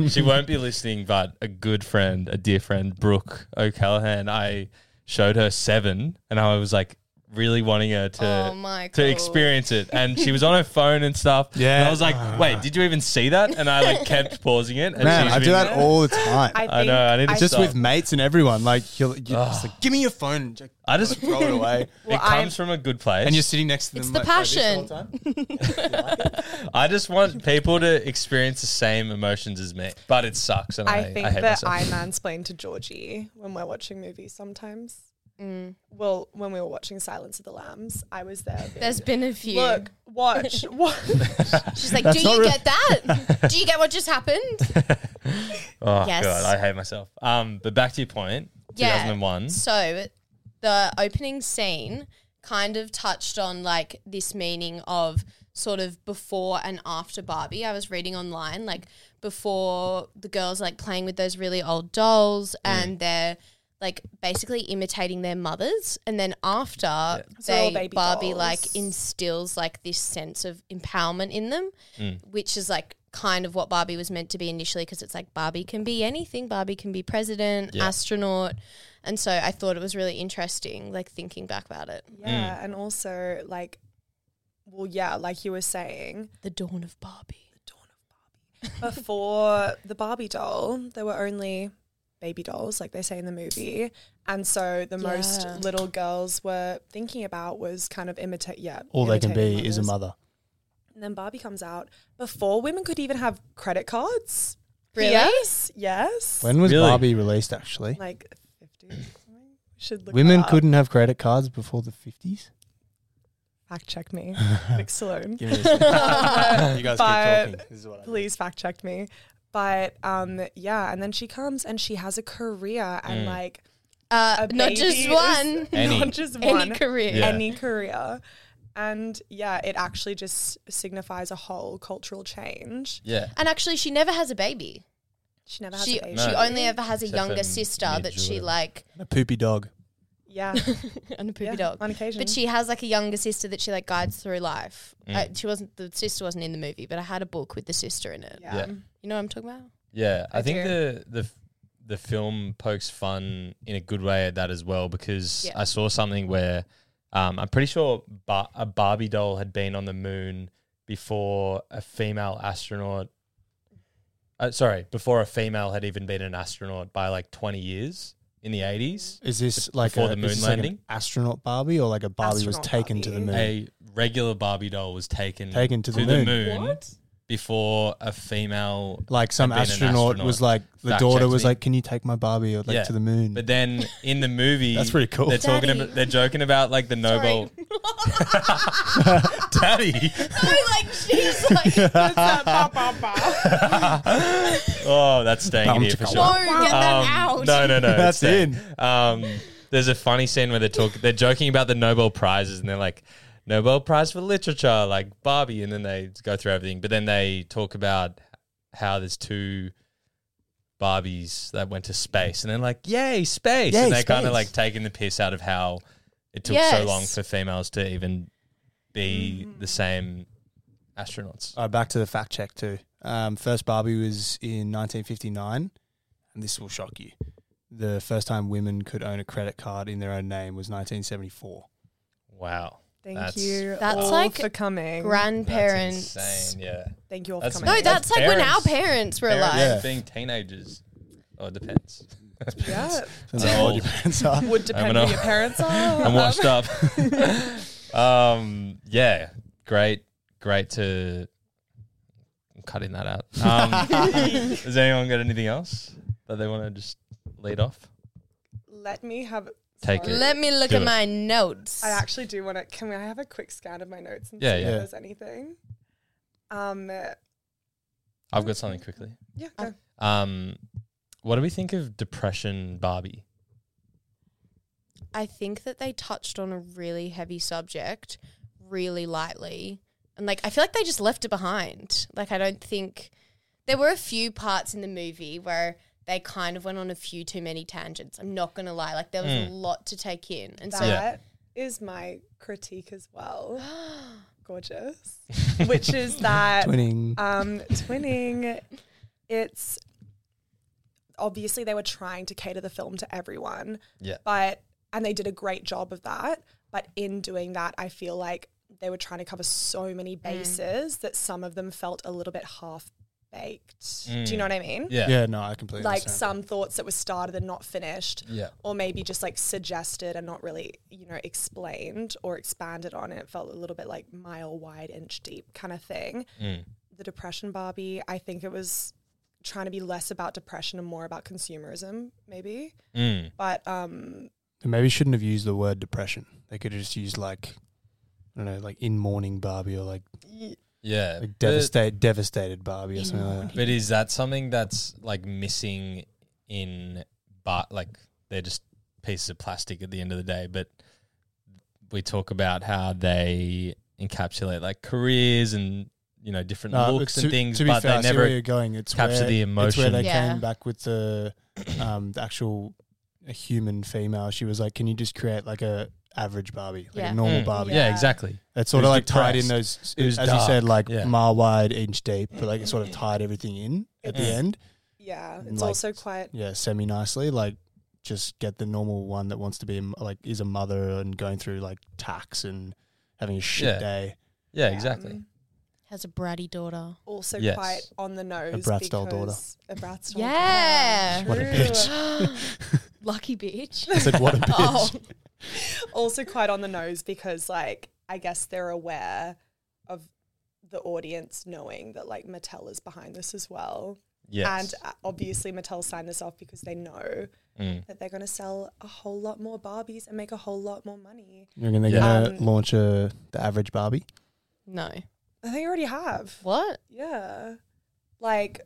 S1: she won't be listening, but a good friend, a dear friend, Brooke O'Callaghan, I showed her seven and I was like really wanting her to
S8: Oh, Michael.
S1: to experience it. And she was on her phone and stuff.
S7: Yeah.
S1: And I was like, wait, did you even see that? And I like kept pausing it. And
S7: Man, I
S1: been-
S7: do that all the time.
S9: I, think
S1: I know, I need to
S7: (laughs) just
S1: stop.
S7: with mates and everyone. Like you're, you're just like, give me your phone. and Just
S1: I just
S7: throw
S1: (laughs)
S7: it away.
S9: Well,
S1: it
S9: I'm-
S1: comes from a good place.
S7: And you're sitting next to them.
S8: It's the
S7: like, like this
S8: passion.
S7: whole time.
S9: (laughs)
S1: I just want people to experience the same emotions as me, but it sucks, and I,
S9: I
S1: I
S9: think
S1: hate
S9: that
S1: myself.
S9: I mansplain to Georgie when we're watching movies sometimes. Well, when we were watching Silence of the Lambs, I was there. being,
S8: There's been a few.
S9: Look, watch,
S7: (laughs)
S9: watch.
S7: Mm.
S8: She's like,
S1: That's
S8: do
S1: not
S8: you
S1: real-
S8: get that? do you get what just happened?
S1: oh
S8: Yes.
S1: god, I hate myself. Um, but back to your point,
S8: Yeah.
S1: 2001.
S8: So the opening scene kind of touched on like this meaning of sort of before and after Barbie. I was reading online like before the girls like playing with those really old dolls and they're like basically imitating their mothers and then after
S9: So they're all
S8: they
S9: baby
S8: Barbie
S9: dolls.
S8: like instills like this sense of empowerment in them which is like kind of what Barbie was meant to be initially because it's like Barbie can be anything. Barbie can be president, astronaut. And so I thought it was really interesting, like thinking back about it.
S9: Yeah, and also like, well, yeah, like you were saying,
S8: The dawn of Barbie.
S9: before the Barbie doll, there were only baby dolls, like they say in the movie, and so the most
S8: Yeah.
S9: little girls were thinking about was kind of imitate. Yeah,
S7: (laughs) All they can
S9: imitating
S7: be is a
S9: mothers.
S7: mother.
S9: And then Barbie comes out before women could even have credit cards.
S8: Really?
S9: Yes. Yes.
S7: When was
S1: Really?
S7: Barbie released? Actually,
S9: like 50 should look
S7: women
S9: that up.
S7: couldn't have credit cards before the fifties.
S9: fact check
S7: (laughs)
S9: me Nick Sloan
S7: Give me
S9: (laughs)
S7: a second. you guys
S9: But-
S7: keep talking. This is what I do.
S9: please fact check me but um yeah and then she comes and she has a career and
S7: Mm.
S9: like
S8: Uh,
S9: a
S8: not
S9: baby
S8: just
S9: is-
S8: one,
S1: Any.
S9: (laughs) not just one
S8: any career.
S1: Yeah.
S9: any career and yeah it actually just signifies a whole cultural change
S1: Yeah,
S8: And actually, she never has a baby.
S9: she never has
S8: she
S9: a baby
S8: she
S1: No.
S8: only ever has a
S1: Except
S8: younger
S1: for
S8: sister that she
S1: mid-July.
S8: like (laughs)
S7: And a poopy dog.
S9: yeah
S8: and a poopy
S9: Yeah,
S8: dog
S9: on occasion.
S8: But she has like a younger sister that she like guides through life.
S1: Mm.
S8: Uh, she wasn't the sister wasn't in the movie, but I had a book with the sister in it.
S9: yeah,
S1: Yeah.
S8: You know what I'm talking about?
S1: yeah. I,
S9: I
S1: think
S9: do.
S1: the the the film pokes fun in a good way at that as well because
S8: Yeah.
S1: I saw something where um, I'm pretty sure ba- a Barbie doll had been on the moon before a female astronaut. Uh, sorry, before a female had even been an astronaut by like 20 years in the 80s.
S7: Is this like
S1: Before
S7: a,
S1: the
S7: is
S1: moon
S7: this like an
S1: landing?
S7: astronaut Barbie, or like a Barbie
S9: Astronaut
S7: was taken to the
S9: Barbie.
S7: moon?
S1: a regular Barbie doll was taken
S7: Mm. Taken to the moon.
S1: before a female
S7: like some
S1: had been an
S7: astronaut, was like the
S1: Fact
S7: daughter
S1: checks
S7: was
S1: me.
S7: like, "Can you take my Barbie or like
S1: Yeah.
S7: to the moon?"
S1: But then in the movie,
S7: (laughs) That's pretty cool.
S1: They're talking
S8: Daddy.
S1: about, they're joking about like the Nobel (laughs)
S8: (laughs)
S1: daddy.
S8: I (laughs) like (laughs) she's like no,
S1: Oh, that's staying in
S7: Bum
S1: here for
S7: chicka
S1: sure.
S8: "Oh, get that
S1: Um,
S8: out.
S1: No, no, no. it's
S7: (laughs) That's
S1: staying. Um, there's a funny scene where they're talking. They're joking about the Nobel prizes, and they're like, "Nobel Prize for Literature," like Barbie, and then they go through everything. But then they talk about how there's two Barbies that went to space, and they're like, "Yay, space!"
S7: Yay,
S1: and they're kind of
S7: space.
S1: like taking the piss out of how it took so
S8: Yes. Mm.
S1: long for females to even be the same astronauts.
S7: All right, back to the fact check too. Um, first Barbie was in 1959, and this will shock you. The first time women could own a credit card in their own name was 1974.
S1: Wow,
S9: thank
S1: That's-
S9: you
S8: That's
S9: all
S8: like
S9: for coming
S8: Grandparents.
S1: That's insane. Yeah.
S9: thank you all
S1: That's
S9: for
S8: No,
S9: coming
S1: amazing.
S8: that's like when our
S1: Parents.
S8: parents were
S1: Parents
S8: alive.
S1: being teenagers. Oh, it (laughs) depends.
S9: yeah
S1: (laughs)
S7: Depends how (laughs) old your parents
S9: (laughs)
S7: are.
S9: would depend
S1: gonna-
S9: who your parents are
S1: (laughs) I'm
S9: (laughs)
S1: washed up. (laughs) um, yeah, great, great to. I'm cutting that out. Um, has anyone got anything else that they want to just lead off?
S9: Let me have.
S1: Take it.
S8: Let me look
S1: Do
S8: at
S1: it.
S8: my notes.
S9: I actually do want to. Can I have a quick scan of my notes and
S1: Yeah,
S9: see
S1: yeah.
S9: if there's anything? Um,
S1: I've got something quickly.
S9: yeah, go.
S1: Um, what do we think of depression, Barbie?
S8: I think that they touched on a really heavy subject really lightly. And like I feel like they just left it behind. Like I don't think there were a few parts in the movie where they kind of went on a few too many tangents. I'm not gonna lie. Like there
S1: Mm.
S8: was a lot to take in. And
S9: (gasps)
S8: so
S9: That is my critique as well.
S1: (laughs)
S9: gorgeous, which is that
S7: Twinning.
S9: um, twinning. It's obviously they were trying to cater the film to everyone.
S1: Yeah.
S9: But and they did a great job of that. But in doing that, I feel like they were trying to cover so many bases that some of them felt a little bit half baked. Do you know what I mean?
S1: Yeah.
S7: Mm. yeah, no, I completely
S9: Like
S7: understand.
S9: some thoughts that were started and not finished,
S1: Yeah.
S9: or maybe just like suggested and not really, you know, explained or expanded on. And it felt a little bit like mile wide, inch deep kind of thing.
S1: Mm.
S9: The Depression Barbie, I think it was trying to be less about depression and more about consumerism, maybe.
S1: Mm.
S9: But um,
S7: They maybe shouldn't have used the word depression. They could have just used like I don't know, like in mourning Barbie or like,
S1: Yeah.
S7: like
S1: But,
S7: devastated devastated Barbie or something like that.
S1: but is that something that's like missing in, but like they're just pieces of plastic at the end of the day? But we talk about how they encapsulate like careers and, you know, different
S7: No,
S1: looks
S7: Uh, to,
S1: and things,
S7: to be
S1: but
S7: fair, I
S1: they
S7: see where you're
S1: never.
S7: going. It's
S1: capture
S7: where,
S1: the
S7: It's where
S1: emotion.
S7: they
S8: Yeah.
S7: came back with the um the actual uh, human female. She was like, Can you just create like a average Barbie, like
S8: Yeah.
S7: a normal
S1: Mm.
S7: Barbie?
S1: Yeah,
S9: Yeah.
S1: exactly.
S7: It's sort
S1: It
S7: of
S1: was
S7: like tied in
S1: depressed.
S7: those,
S1: It was
S7: as you said,
S1: dark,
S7: like
S1: yeah.
S7: mile wide, inch deep, but like it sort of tied everything in at the
S1: Mm.
S7: end.
S9: yeah, it's
S7: Like-
S9: also quite
S7: Yeah, semi nicely. Like just get the normal one that wants to be a m- like is a mother and going through like tax and having a shit
S1: Yeah.
S7: day.
S1: Yeah, exactly.
S8: Has a bratty (gasps) daughter.
S9: um, also
S1: Yes.
S9: quite on the nose.
S7: brat's doll daughter.
S9: because- A brat's doll
S8: Yeah.
S9: daughter.
S7: What a
S9: True.
S7: bitch.
S8: Lucky bitch. (laughs)
S7: I
S9: (laughs)
S7: said, what a bitch.
S8: oh,
S9: also quite on the nose because like I guess they're aware of the audience knowing that like Mattel is behind this as well.
S1: Yes.
S9: And uh, obviously Mattel signed this off because they know
S1: Mm.
S9: that they're going to sell a whole lot more Barbies and make a whole lot more money.
S7: You're gonna,
S1: Yeah.
S7: gonna
S9: Um,
S7: launch a the average Barbie.
S8: no.
S9: I think I already have.
S8: What?
S9: Yeah. Like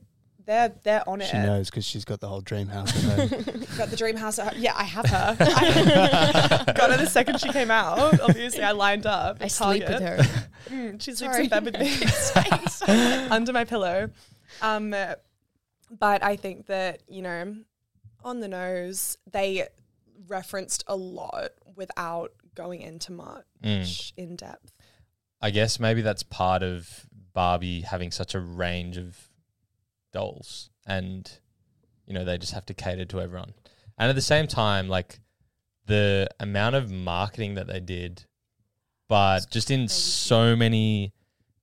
S9: they're they're on
S7: She
S9: it.
S7: knows because she's got the whole dream house. at home.
S9: Got the dream house at home. Yeah, I have her.
S7: (laughs)
S9: I got her (laughs) the second she came out. Obviously, I lined up.
S8: I
S9: at
S8: sleep with
S9: Target. (laughs)
S8: her.
S9: Mm, she sleeps
S8: Sorry.
S9: in bed with me (laughs) under my pillow. Um, but I think that, you know, on the nose, they referenced a lot without going into
S1: Mm.
S9: much in depth.
S1: I guess maybe that's part of Barbie having such a range of dolls and you know they just have to cater to everyone. And at the same time like the amount of marketing that they did but just in so many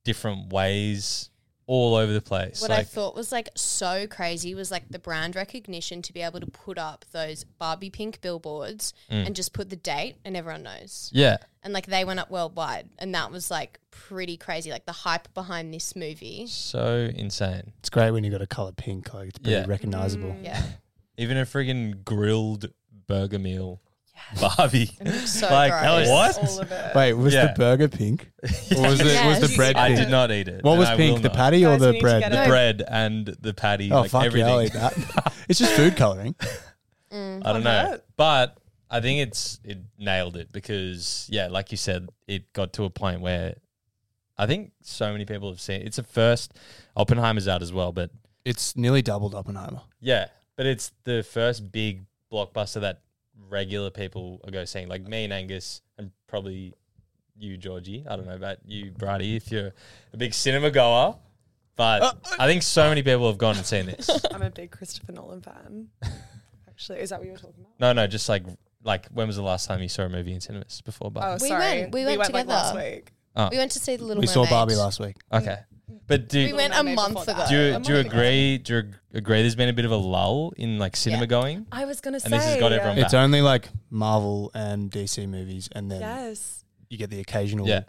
S1: different ways all over the place.
S8: What I
S1: like
S8: thought was like so crazy was like the brand recognition to be able to put up those Barbie pink billboards and just put the date and everyone knows.
S1: Mm. yeah.
S8: And like they went up worldwide and that was like pretty crazy. Like the hype behind this movie.
S1: So insane.
S7: it's great when you got a color pink. Like it's pretty
S1: Yeah.
S7: recognizable.
S9: Mm,
S8: Yeah.
S1: Even a friggin' grilled burger meal Barbie.
S8: so
S1: (laughs) like
S8: gross.
S1: hell, what?
S9: All of it.
S7: Wait, was
S1: Yeah.
S7: the burger pink? Or was, it, was
S8: Yes.
S7: the bread
S1: I
S7: pink?
S1: did not eat it.
S7: What
S1: and
S7: was
S1: I
S7: pink?
S1: will
S7: The
S1: not.
S7: patty or
S9: Guys, we
S7: the
S9: need to
S7: bread?
S9: get
S1: the
S9: No.
S1: bread and the patty,
S7: Oh
S1: like
S7: fuck
S1: everything.
S7: yeah, I'll eat that. it's just food coloring.
S1: (laughs) I don't
S9: Can't
S1: know,
S9: hurt.
S1: but I think it's it nailed it because yeah, like you said, it got to a point where I think so many people have seen. It's the first Oppenheimer's out as well, but
S7: It's nearly doubled Oppenheimer.
S1: yeah, but it's the first big blockbuster that regular people are go seeing, like me and Angus, and probably you, Georgie. I don't know about you, Brady, if you're a big cinema goer. But
S7: Uh,
S1: I think so many people have gone and seen this.
S9: I'm a big Christopher Nolan fan. Actually, is that what you were talking about?
S1: No, no, just like like when was the last time you saw a movie in cinemas before
S9: Oh,
S1: Barbie?
S8: We went- we went
S9: like, last
S8: together.
S9: week.
S8: We went to see the Little
S7: We
S8: Mermaid.
S7: saw Barbie last week.
S1: okay, but do
S8: Oh, We uh, went a
S9: Mermaid
S8: month
S9: before
S8: ago.
S9: that.
S1: do you, do you agree? Do you agree? There's been a bit of a lull in like cinema
S8: Yeah. Um,
S1: going.
S9: I was gonna say.
S1: And this has got
S8: uh,
S1: everyone-
S7: It's only like Marvel and DC movies, and then
S9: Yes.
S7: you get the occasional.
S1: Yeah,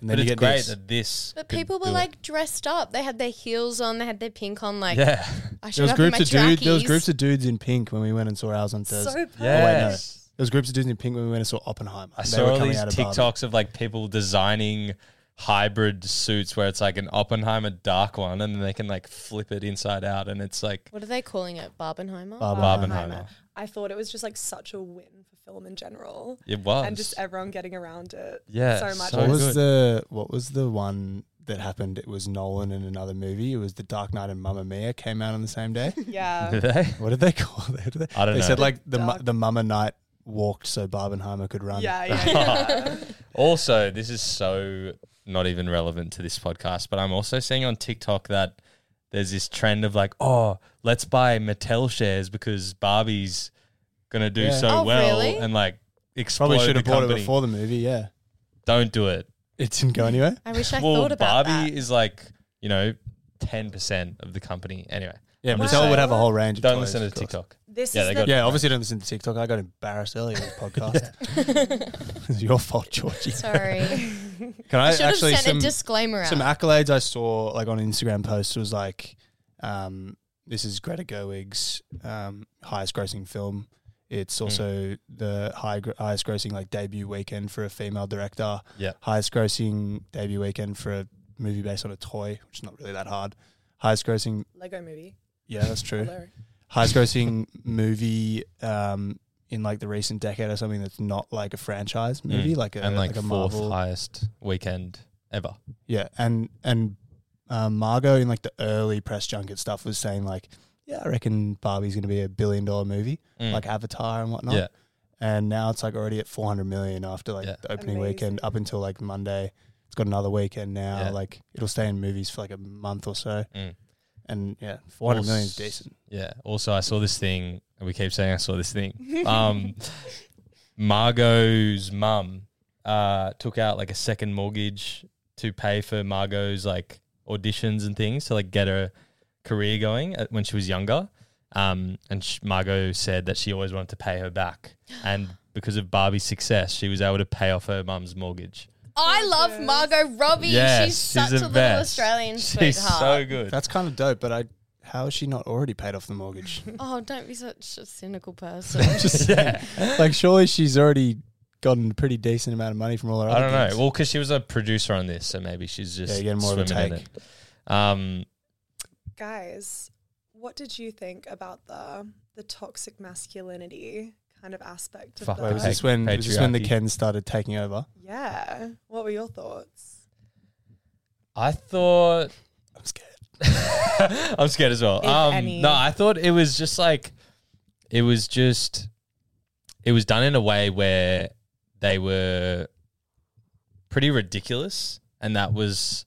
S7: and then
S1: but
S7: you
S1: it's
S7: get
S1: great
S7: this.
S1: that this.
S8: But
S1: could
S8: people were
S1: do it.
S8: like dressed up. They had their heels on. They had their pink on.
S1: (laughs)
S8: Like
S1: yeah,
S8: I
S7: there
S8: should
S7: was
S8: have my
S7: groups of dudes.
S8: trackies.
S7: There was groups of dudes in pink when we went and saw ours on
S9: So
S7: Thursday.
S9: perfect.
S7: no.
S1: yeah.
S7: there was groups of dudes in pink when we went and saw Oppenheimer.
S1: I
S7: They
S1: saw
S7: were
S1: all
S7: coming
S1: these
S7: out of Barbie.
S1: TikToks of like people designing hybrid suits where it's like an Oppenheimer dark one, and then they can like flip it inside out, and it's like
S8: What are they calling it? Barbenheimer.
S7: Barbenheimer.
S1: Barbenheimer.
S9: I thought it was just like such a win for film in general.
S1: It was.
S9: and just everyone getting around it.
S1: Yeah,
S9: so much.
S1: so
S7: What
S1: good.
S7: was the What was the one that happened? It was Nolan in another movie. It was The Dark Knight and Mamma Mia came out on the
S1: (laughs)
S7: same day.
S9: Yeah,
S8: (laughs)
S1: Did they?
S7: What did they call it? (laughs) They
S1: I don't know.
S7: said like the mu-
S9: Dark-
S7: the Mamma Knight
S1: (laughs)
S7: walked so Barbenheimer could run.
S9: yeah, yeah. yeah.
S1: Also, this is so not even relevant to this podcast, but I'm also seeing on TikTok that there's this trend of like, oh, let's buy Mattel shares because Barbie's gonna do
S7: Yeah.
S1: so
S8: Oh,
S1: well,
S8: really?
S1: and like explode
S7: Probably should
S1: the
S7: have bought it
S1: company.
S7: before the movie. Yeah,
S1: Don't do it.
S7: it didn't go anywhere.
S1: (laughs)
S8: I wish I
S1: well,
S8: thought about
S1: Barbie
S8: that.
S1: is like you know ten percent of the company anyway.
S7: Yeah,
S1: I'm
S7: Mattel
S1: just
S9: saying.
S7: would have a whole range. Of
S1: Don't
S7: toys,
S1: listen to
S7: of course.
S1: TikTok.
S9: This
S1: Yeah,
S9: is
S1: they
S9: the
S1: got-
S7: Yeah, obviously don't listen to TikTok. I got embarrassed earlier in
S1: (laughs)
S7: this podcast. (laughs) it's your fault,
S8: (laughs)
S7: Georgie.
S8: Sorry,
S7: Can I
S8: should have
S7: actually
S8: sent
S7: some
S8: a disclaimer out.
S7: some accolades I saw like on Instagram posts was like, um, this is Greta Gerwig's um, highest grossing film.
S1: Hmm.
S7: It's also the high, gr- highest grossing like debut weekend for a female director.
S1: Yeah.
S7: Highest grossing debut weekend for a movie based on a toy, which is not really that hard. Highest grossing,
S9: Lego movie.
S7: yeah, that's true.
S9: Hello.
S7: highest grossing movie um, in like the recent decade or something that's not like a franchise movie,
S1: Mm.
S7: like a
S1: and like,
S7: a
S1: fourth
S7: Marvel.
S1: highest weekend ever.
S7: Yeah, and and um, Margot in like the early press junket stuff was saying like, yeah, I reckon Barbie's going to be a billion dollar movie
S1: Mm.
S7: like Avatar and whatnot.
S1: Yeah.
S7: And now it's like already at 400 million after like
S1: Yeah.
S7: the opening
S9: Amazing.
S7: weekend up until like Monday. It's got another weekend now.
S1: Yeah.
S7: Like it'll stay in movies for like a month or so.
S1: Mm.
S7: And yeah, 400
S1: Well,
S7: million is
S1: s-
S7: decent.
S1: Yeah. Also, I saw this thing, and we keep saying I saw this
S8: (laughs)
S1: thing. Um, Margot's mum uh, took out like a second mortgage to pay for Margot's like auditions and things to like get her career going uh, when she was younger. Um, and sh- Margot said that she always wanted to pay her back, and because of Barbie's success, she was able to pay off her mum's mortgage.
S8: I love Margot Robbie. she's such
S1: the
S8: a little
S1: best.
S8: Australian
S1: She's
S8: sweetheart.
S1: so good.
S7: That's kind of dope, but I how is she not already paid off
S1: (laughs)
S7: the mortgage?
S8: oh, don't be such a cynical person.
S7: (laughs) (laughs) Just saying. like surely she's already gotten a pretty decent amount of money from all her
S1: I
S7: other
S1: don't know.
S7: gigs.
S1: Well, because she was a producer on this, so maybe she's just
S7: Yeah, you're getting more of a
S1: swimming in
S7: take.
S1: it. Um,
S9: Guys, what did you think about the the toxic masculinity kind of aspect of
S1: Fuck,
S7: Wait, was
S9: that?
S7: this when was this when the
S1: Patriarchy.
S7: Ken started taking over?
S9: Yeah. What were your thoughts?
S1: I thought (laughs)
S7: I'm scared.
S1: I'm scared as well.
S9: If
S1: Um,
S9: any.
S1: no, I thought it was just like it was just it was done in a way where they were pretty ridiculous, and that was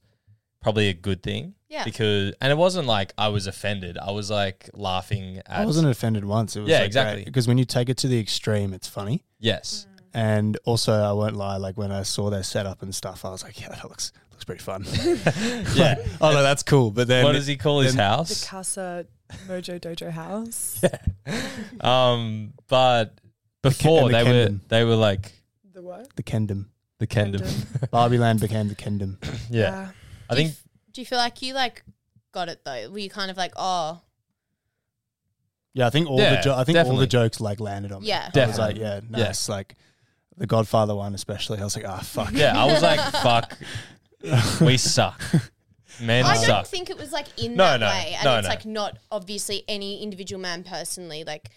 S1: probably a good thing.
S8: Yeah.
S1: Because and it wasn't like I was offended. I was like laughing at.
S7: I wasn't offended once. It was
S1: Yeah,
S7: like,
S1: exactly.
S7: Because when you take it to the extreme, it's funny.
S1: Yes.
S7: And also, I won't lie. Like when I saw their setup and stuff, I was like, "Yeah, that looks looks pretty fun."
S1: (laughs)
S7: (laughs)
S1: Yeah.
S7: oh no, that's cool. But then,
S1: what does he call his
S7: then-
S1: house?
S9: Mm. The Casa Mojo Dojo House.
S1: (laughs) Um, but before
S7: and the
S1: they were
S7: Kendom.
S1: they were like
S9: The what?
S7: the Kendom,
S1: the kingdom.
S7: Barbie Land became the Kendom.
S1: (laughs) yeah.
S8: Uh,
S1: I think
S8: Do you feel like you like got it though? Were you kind of like, oh,
S7: Yeah, I think all
S1: Yeah,
S7: the jo- I think all
S1: definitely.
S7: the jokes like landed on me.
S8: yeah,
S7: I was like,
S1: definitely.
S7: "Yeah, nice." Like the Godfather one, especially. I was like, "Ah, fuck."
S1: yeah, I was
S8: (laughs)
S1: like, fuck, we suck. Men
S8: I
S1: suck.
S8: don't think it was like in
S1: No,
S8: that
S1: no,
S8: way, and
S1: no,
S8: it's
S1: no.
S8: like not obviously any individual man personally. Like,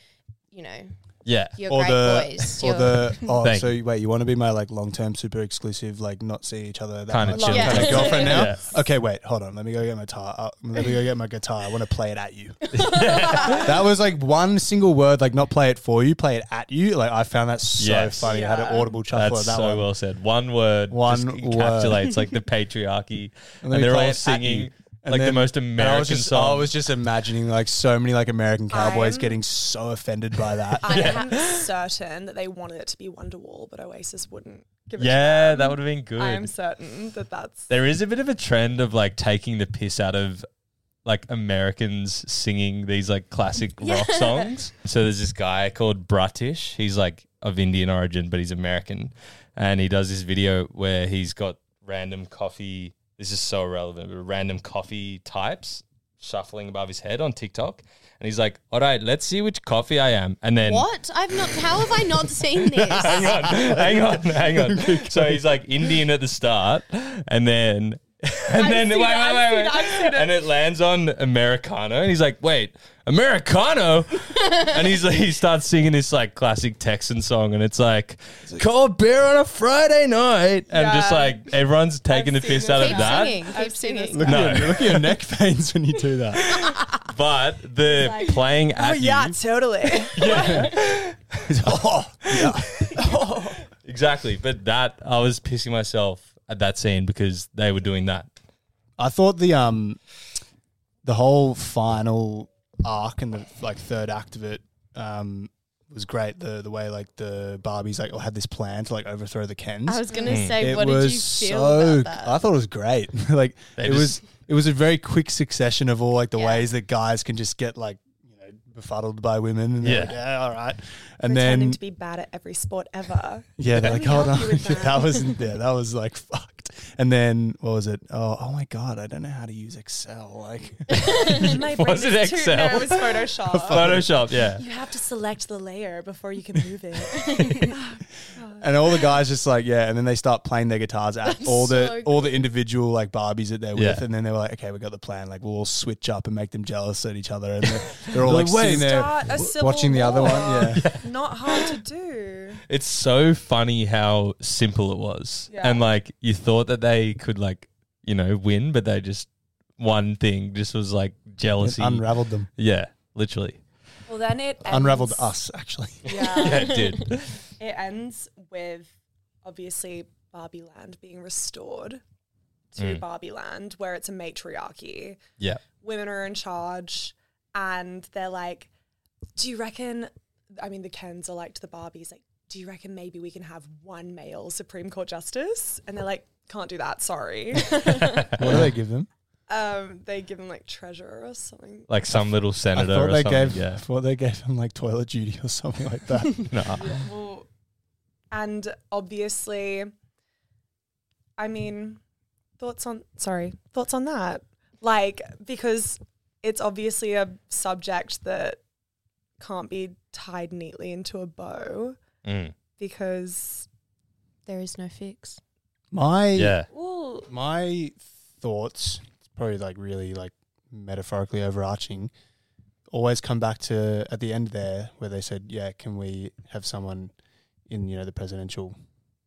S8: you know,
S1: yeah.
S8: you're
S7: Or
S8: great
S7: the-
S8: boys.
S7: Or
S8: you're-
S7: the oh,
S1: Thank
S7: so wait, you want to be my like long term super exclusive, like not see each other that
S1: Kinda
S7: much
S1: chill.
S7: kind
S8: Yeah.
S7: of girlfriend now?
S1: Yeah.
S7: Okay, wait, hold on. Let me go get my guitar. Uh, let me go get my guitar. I want to play
S1: (laughs)
S7: it at you. that was like one single word, like not play it for you, play it at you. Like I found that so
S1: Yes.
S7: funny. I had an
S9: Yeah.
S7: audible chuckle
S1: That's
S7: at that
S1: so
S7: one.
S1: well said. One word
S7: One
S1: just
S7: word.
S1: encapsulates like the
S7: (laughs)
S1: patriarchy, and,
S7: Let me
S1: they're
S7: play it
S1: all
S7: at
S1: singing
S7: you. And
S1: like the
S7: then-
S1: most
S7: and
S1: American
S7: I was just,
S1: song.
S7: I was just imagining like so many like American cowboys
S9: I'm-
S7: getting so offended by that.
S9: I am certain that they wanted it to be Wonderwall, but Oasis wouldn't give it.
S1: yeah,
S9: to them.
S1: that would have been good.
S9: I am certain that that's
S1: there is a bit of a trend of like taking the piss out of like Americans singing these like classic rock songs. (laughs) So there's this guy called Bratish. He's like of Indian origin, but he's American. And he does this video where he's got random coffee. This is so relevant, but random coffee types shuffling above his head on TikTok. And he's like, all right, let's see which coffee I am. And then
S8: what? I've not. How have I not
S1: (laughs)
S8: seen this?
S1: hang on, hang on, hang on. So he's like Indian at the start, and then (laughs) and then wait,
S9: seen it,
S1: wait,
S9: I've
S1: wait,
S9: seen
S1: wait,
S9: it, I've seen it.
S1: and it lands on Americano, and he's like, wait, Americano, and he's like, he starts singing this like classic Texan song, and it's like, cold beer on a Friday night, and just
S9: Yeah.
S1: like everyone's taking
S9: I've
S1: the
S9: seen
S1: piss out
S9: this
S1: of
S8: Keep
S1: that.
S8: singing. Keep
S9: I've seen
S8: singing.
S9: this.
S7: Look,
S1: No.
S7: at your, look at your neck veins (laughs) when you do that.
S1: (laughs) But the playing at you,
S9: totally.
S7: (laughs) oh, yeah.
S1: (laughs) exactly. But that I was pissing myself. at that scene because they were doing that.
S7: I thought the um the whole final arc and the like third act of it um was great. The the way like the Barbies like all had this plan to like overthrow the Kens.
S8: I was gonna say,
S7: it
S8: what did you
S7: was
S8: feel
S7: so.
S8: about that?
S7: I thought it was great. (laughs) like
S1: They
S7: it
S1: just-
S7: was it was a very quick succession of all like the
S8: Yeah.
S7: ways that guys can just get like you know befuddled by women. And yeah.
S1: Yeah.
S7: Like, yeah. All right. And
S9: pretending
S7: then
S9: to be bad at every sport (laughs) ever.
S7: yeah, they're like
S9: me
S7: hold
S9: help
S7: on,
S9: you
S7: (laughs)
S9: with
S7: Yeah,
S9: that.
S7: that wasn't there. That was like (laughs) fucked. And then what was it? Oh, oh my god, I don't know how to use Excel. Like,
S9: My
S1: Was
S9: brain
S1: it
S9: is too-
S1: Excel?
S9: no, it was
S7: (laughs)
S9: Photoshop.
S1: (laughs) Photoshop, yeah.
S9: you have to select the layer before you can move (laughs) it.
S7: and all the guys just like yeah. And then they start playing their guitars at all the
S8: so
S7: all the individual like Barbies that they're with.
S1: Yeah.
S7: And then they were like, okay, we got the plan. Like we'll all switch up and make them jealous at each other. And they're, they're all like,
S1: Like, wait,
S7: sitting there
S9: Start a
S7: w-
S9: civil
S7: watching the other
S9: war.
S1: (laughs)
S7: one. Yeah.
S9: Not hard to do.
S1: It's so funny how simple it was.
S9: Yeah.
S1: And like you thought that they could like, you know, win, but they just one thing just was like
S7: It
S1: jealousy.
S7: unraveled them.
S1: yeah, literally.
S9: Well, then it ends,
S7: Unraveled us actually.
S1: (laughs)
S9: Yeah.
S7: (laughs)
S1: Yeah, it did.
S9: It ends with obviously Barbie Land being restored to Barbie Land, where it's a matriarchy.
S1: yeah.
S9: Women are in charge, and they're like, Do you reckon? I mean, the Kens are like to the Barbies, like, Do you reckon maybe we can have one male Supreme Court justice? And they're like, Can't do that, sorry.
S7: What do they give them?
S9: um, they give them like treasure or something.
S1: (laughs) Like some little
S7: I
S1: senator
S7: thought
S1: or
S7: they
S1: something.
S7: gave. I (laughs)
S1: yeah.
S7: thought they gave them like toilet duty or something like that.
S1: (laughs) No.
S9: Well, and obviously, I mean, thoughts on sorry, thoughts on that? Like because it's obviously a subject that can't be tied neatly into a bow
S1: Mm.
S9: because
S8: there is no fix.
S7: My
S1: Yeah.
S9: well,
S7: my thoughts it's probably like really like metaphorically overarching always come back to at the end there where they said yeah can we have someone in you know the presidential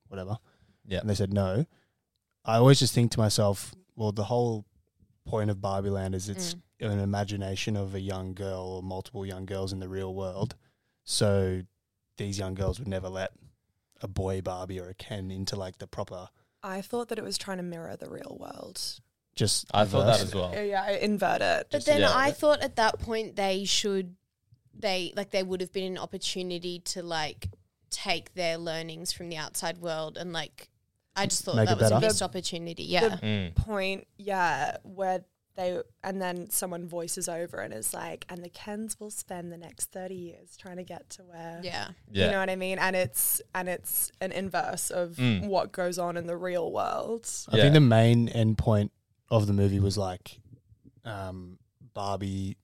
S7: whatever
S1: Yeah.
S7: and they said no i always just think to myself well the whole point of barbie land is it's
S1: Mm.
S7: an imagination of a young girl or multiple young girls in the real world so these young girls would never let a boy barbie or a ken into like the proper
S9: I thought that it was trying to mirror the real world. Oh,
S7: just
S1: I thought that
S7: reverse.
S1: as well.
S9: Yeah, yeah, invert it.
S8: But then
S1: yeah.
S8: I thought at that point they should, they like they would have been an opportunity to like take their learnings from the outside world and like. I just thought
S7: Make
S8: that
S7: it
S8: was a
S7: better.
S8: missed opportunity. Yeah.
S1: Mm.
S9: point, yeah, where they and then someone voices over and is like, and the Kens will spend the next thirty years trying to get to where
S8: Yeah.
S1: Yeah.
S9: You know what I mean? And it's and it's an inverse of
S1: Mm.
S9: what goes on in the real world.
S7: I
S1: Yeah.
S7: think the main end point of the movie was like um, Barbie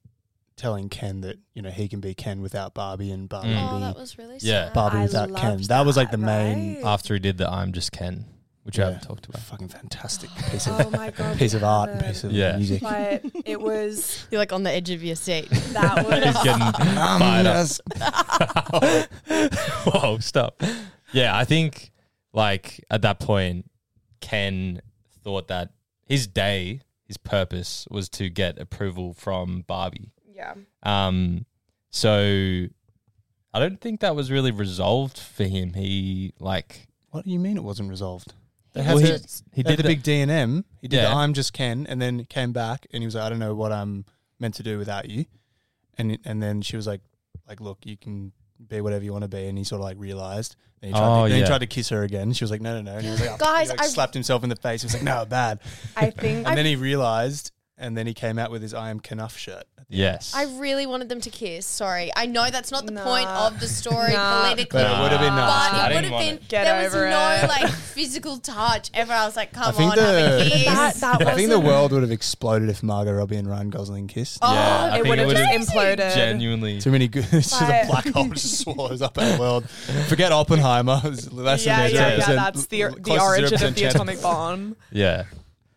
S7: telling Ken that you know he can be Ken without Barbie and Barbie
S1: Mm.
S8: Oh,
S7: can
S8: that
S7: be
S8: was really
S1: Yeah.
S8: sad.
S7: Barbie
S9: I
S7: without Ken. That,
S9: loved
S7: was like the
S9: that,
S7: main
S9: right?
S1: After he did the I'm just Ken, which I
S7: Yeah.
S1: haven't talked about.
S9: (sighs)
S7: fucking fantastic piece
S9: Oh
S7: of
S9: my god,
S7: (laughs) piece
S9: we
S7: of art, and
S9: haven't.
S7: piece of
S1: Yeah.
S7: music. (laughs)
S9: But it was
S8: You're like on the edge of your seat.
S9: that
S1: He's
S9: was
S1: getting
S9: (laughs)
S1: fired up.
S7: Um, yes.
S1: (laughs) Whoa, stop. Yeah, I think like at that point, Ken thought that his day, his purpose was to get approval from Barbie.
S9: yeah.
S1: Um, so I don't think that was really resolved for him. He like
S7: What do you mean it wasn't resolved? (laughs) They
S1: well,
S7: had
S1: he,
S7: the,
S1: he
S7: they had
S1: did
S7: the big D and M. He did the
S1: Yeah.
S7: I'm just Ken, and then came back and he was like, I don't know what I'm meant to do without you. And and then she was like, like look, you can be whatever you want to be. And he sort of like realized. Then he tried,
S1: Oh,
S7: to, then
S1: yeah.
S7: he tried to kiss her again. She was like, no, no, no. And he was
S9: (laughs)
S7: like,
S8: Guys,
S7: he like
S8: I-
S7: slapped himself in the face. He was like, no, bad.
S9: I think
S7: And then he realized, and then he came out with his I am Knuff shirt.
S1: yes.
S8: I really wanted them to kiss. Sorry. I know that's not the
S9: Nah.
S8: point of the story
S9: Nah.
S8: politically.
S7: But it would have been
S9: Ah.
S7: nice.
S8: But
S1: I
S8: it would
S1: didn't
S8: have
S1: want
S8: been
S1: it.
S9: Get
S8: there was
S9: over
S8: no
S9: it.
S8: (laughs) like physical touch ever. I was like, come
S7: think
S8: on, have a
S7: the-
S8: kiss.
S9: that, that
S7: I think the
S9: wasn't-
S7: world would have exploded if Margot Robbie and Ryan Gosling kissed.
S8: oh,
S1: Yeah, I
S9: it
S1: think
S9: would have
S1: it
S9: just
S1: would've
S9: imploded.
S1: genuinely
S7: Too many good. (laughs) It's just a
S9: But-
S7: black hole just swallows up our world. Forget Oppenheimer. (laughs) It's Less
S9: yeah,
S7: than
S9: yeah, yeah,
S7: 0%,
S9: That's the
S7: close
S9: the
S7: to
S9: origin of
S7: 0%
S9: the
S7: chance.
S9: atomic bomb.
S1: Yeah.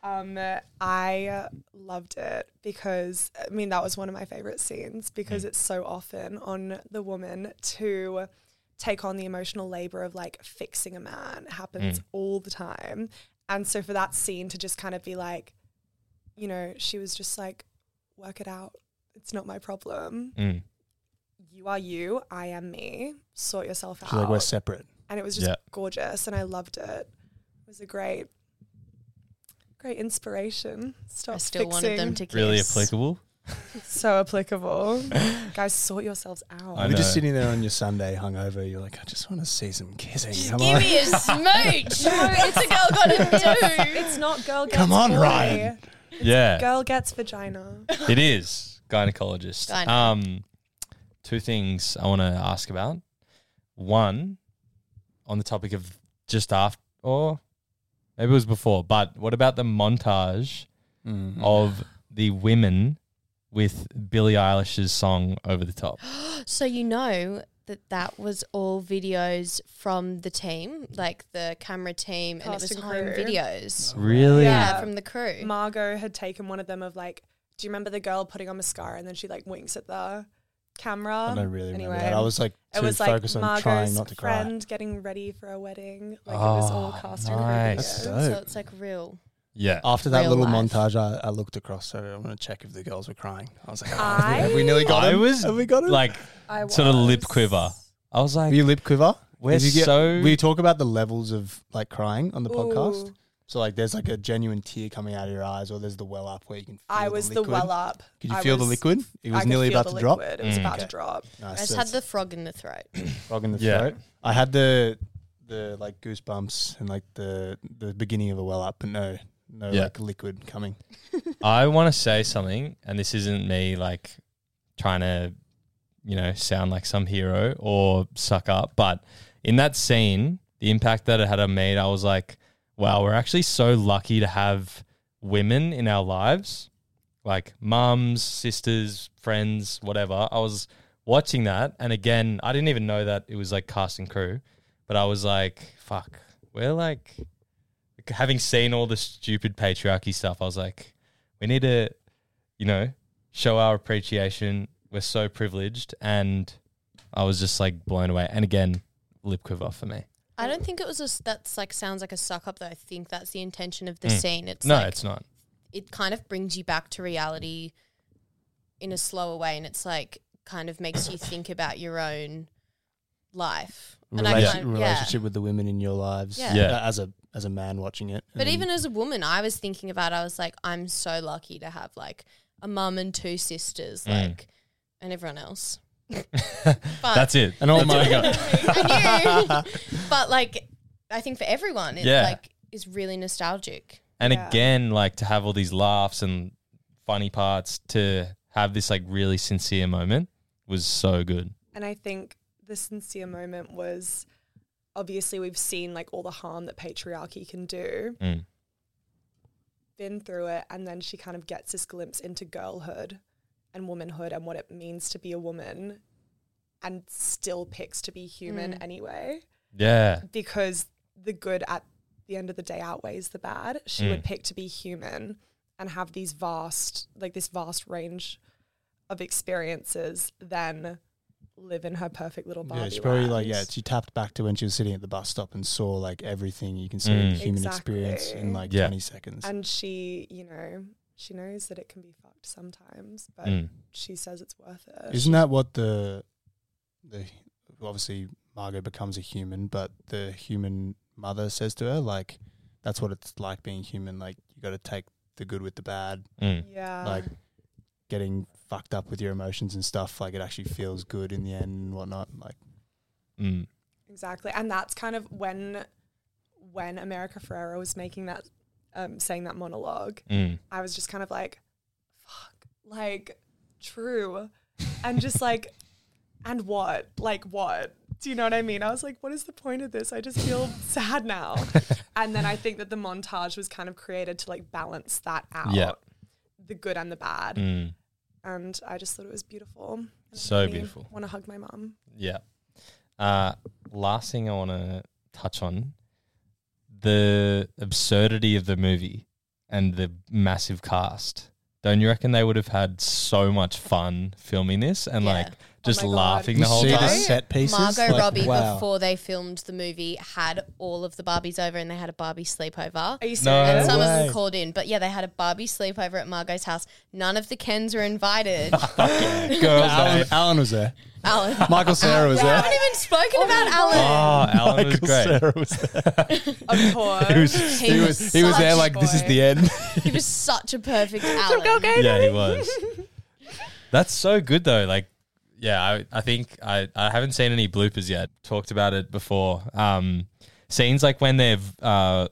S9: Um, I loved it because I mean that was one of my favorite scenes because it's so often on the woman to take on the emotional labor of like fixing a man It happens all the time, and so for that scene to just kind of be like, you know, she was just like, work it out. It's not my problem.
S1: Mm.
S9: You are you. I am me. Sort yourself
S7: She's
S9: out.
S7: like, we're separate.
S9: and it was just
S1: Yeah.
S9: gorgeous, and I loved it. It was a great Great inspiration. Stop
S8: I still wanted them to kiss.
S1: Really applicable.
S9: (laughs) So
S7: (laughs)
S9: applicable. Guys, sort yourselves out.
S1: I
S7: You're just
S1: know.
S7: sitting there on your Sunday hungover. You're like, I just want to see some kissing. Come
S8: Give
S7: on.
S8: me a smooch. (laughs) no, it's a girl got to (laughs) do.
S9: It's not girl gets
S7: Come on,
S9: boy.
S7: Ryan.
S1: Yeah.
S9: Girl gets vagina.
S1: It is gynecologist.
S8: Gyne.
S1: Um, two things I want to ask about. One, on the topic of just after, or maybe it was before, but what about the montage
S7: Mm.
S1: of the women with Billie Eilish's song "Over the Top"?
S8: So you know that that was all videos from the team, like the camera team, and it was
S9: Casting
S8: home
S9: crew.
S8: videos.
S1: really?
S8: Yeah.
S9: Yeah.
S8: from the crew.
S9: Margot had taken one of them of like, do you remember the girl putting on mascara and then she like winks at the camera?
S7: I don't really remember that. I was like too
S9: it was like
S7: focused on trying
S9: Margot's
S7: not to cry.
S9: friend getting ready for a wedding. Like it was all
S1: Oh,
S9: cast and crew
S1: nice.
S9: videos.
S7: That's
S8: So
S7: dope.
S8: it's like real.
S1: Yeah.
S7: After that
S8: Real
S7: little
S8: life.
S7: montage, I, I looked across. So I want to check if the girls were crying. I was like, oh,
S9: I-
S7: have we nearly got
S1: I
S7: him?
S1: was
S7: Have we got him?
S1: like
S9: I
S1: sort of lip
S9: was-
S1: quiver. I was like,
S7: Will you lip quiver?
S1: We're
S7: Did you get-
S1: so-
S7: We talk about the levels of like crying on the podcast.
S9: Ooh.
S7: So like, there's like a genuine tear coming out of your eyes, or there's the well up where you can. Feel
S9: I was the,
S7: liquid.
S9: well up.
S7: Could you
S9: I
S7: feel the
S9: was-
S7: liquid? It
S9: I
S7: was
S9: could
S7: nearly
S9: feel
S7: about
S9: the
S7: to drop.
S9: liquid. It was
S1: Mm.
S9: about
S7: Okay.
S9: to drop.
S8: I
S7: Nice.
S8: just
S7: so
S8: had
S7: it's
S8: the frog in the (clears throat) throat.
S7: frog in the
S1: Yeah.
S7: throat. I had the the like goosebumps and like the the beginning of a well up, but no no
S1: Yeah.
S7: like liquid coming.
S1: I want to say something, and this isn't me like trying to, you know, sound like some hero or suck up, but in that scene, the impact that it had on me, I was like, wow, we're actually so lucky to have women in our lives, like mums, sisters, friends, whatever. I was watching that, and again, I didn't even know that it was like cast and crew, but I was like, fuck, we're like, having seen all the stupid patriarchy stuff, I was like, we need to, you know, show our appreciation. We're so privileged. And I was just like blown away. And again, lip quiver for me.
S8: I don't think it was a s that's like sounds like a suck up though. I think that's the intention of the
S1: Mm.
S8: scene. It's
S1: no,
S8: like,
S1: it's not.
S8: it kind of brings you back to reality in a slower way and it's like kind of makes you think about your own life and
S7: Relation-
S8: kind of-
S7: relationship with the women in your lives.
S8: Yeah.
S1: Yeah.
S7: Uh, As a as a man watching it.
S8: but
S7: And
S8: even as a woman i was thinking about i was like i'm so lucky to have like a mum and two sisters
S1: Mm.
S8: like and everyone
S1: (laughs)
S8: else but
S1: That's it.
S7: And all
S1: That's
S7: my-
S1: all I got.
S8: I
S1: (laughs)
S8: knew. but like i think for everyone it's
S1: Yeah.
S8: like is really nostalgic
S1: And
S9: Yeah.
S1: again, like to have all these laughs and funny parts to have this like really sincere moment was so good.
S9: And I think the sincere moment was obviously we've seen like all the harm that patriarchy can do.
S1: Mm.
S9: Been through it and then she kind of gets this glimpse into girlhood and womanhood and what it means to be a woman and still picks to be
S7: Mm.
S9: human anyway
S1: Yeah.
S9: because the good at the end of the day outweighs the bad. She
S1: Mm.
S9: would pick to be human and have these vast, like this vast range of experiences than live in her perfect little Barbie.
S7: yeah, she probably like yeah,
S9: land.
S7: she tapped back to when she was sitting at the bus stop and saw like everything you can see
S1: Mm.
S7: in human experience in
S9: Exactly.
S7: like
S1: Yeah.
S7: twenty seconds.
S9: And she, you know, she knows that it can be fucked sometimes, but
S1: Mm.
S9: she says it's worth it.
S7: Isn't that what the the obviously Margot becomes a human, but the human mother says to her like that's what it's like being human. Like you got to take the good with the bad.
S1: Mm.
S9: Yeah.
S7: like getting fucked up with your emotions and stuff. Like it actually feels good in the end and whatnot. Like
S1: Mm.
S9: Exactly, and that's kind of when when America Ferrera was making that um, saying that monologue.
S1: Mm.
S9: I was just kind of like, fuck, like true, and just like, and what, like what. Do you know what I mean? I was like, what is the point of this? I just feel
S1: (laughs)
S9: sad now. And then I think that the montage was kind of created to like balance that out.
S1: Yeah.
S9: The good and the bad.
S1: Mm.
S9: and I just thought it was beautiful.
S1: So beautiful.
S9: Want to hug my mom?
S1: Yeah. Uh, last thing I want to touch on the absurdity of the movie and the massive cast. Don't you reckon they would have had so much fun filming this? And
S8: Yeah.
S1: like just
S9: my God.
S1: laughing
S7: You
S1: the whole
S7: see the
S1: time.
S7: set pieces.
S8: Margot
S7: Like,
S8: Robbie,
S7: wow.
S8: before they filmed the movie, had all of the Barbies over and they had a Barbie sleepover.
S9: Are you
S1: No.
S9: serious?
S8: Some of
S7: way.
S8: them called in, but yeah, they had a Barbie sleepover at Margot's house. None of the Kens were
S7: (laughs)
S8: invited.
S1: Girls'
S7: Alan,
S1: night.
S7: Alan was there.
S8: Alan,
S7: Michael Sarah was
S8: we
S9: (laughs)
S7: there.
S8: haven't even spoken about Alan.
S1: Oh, Alan was
S7: Michael
S1: great.
S7: (laughs) Cera was there.
S9: Of course.
S7: Oh. He was, he was, he was
S8: Oh, such
S7: there
S8: a
S7: like this is
S9: boy.
S7: the end.
S8: He was such
S9: (laughs)
S8: a perfect Alan. (laughs)
S1: Yeah, he was. That's so good though. Like, yeah, I, I think I, I haven't seen any bloopers yet. Talked about it before. Um, scenes like when they're uh,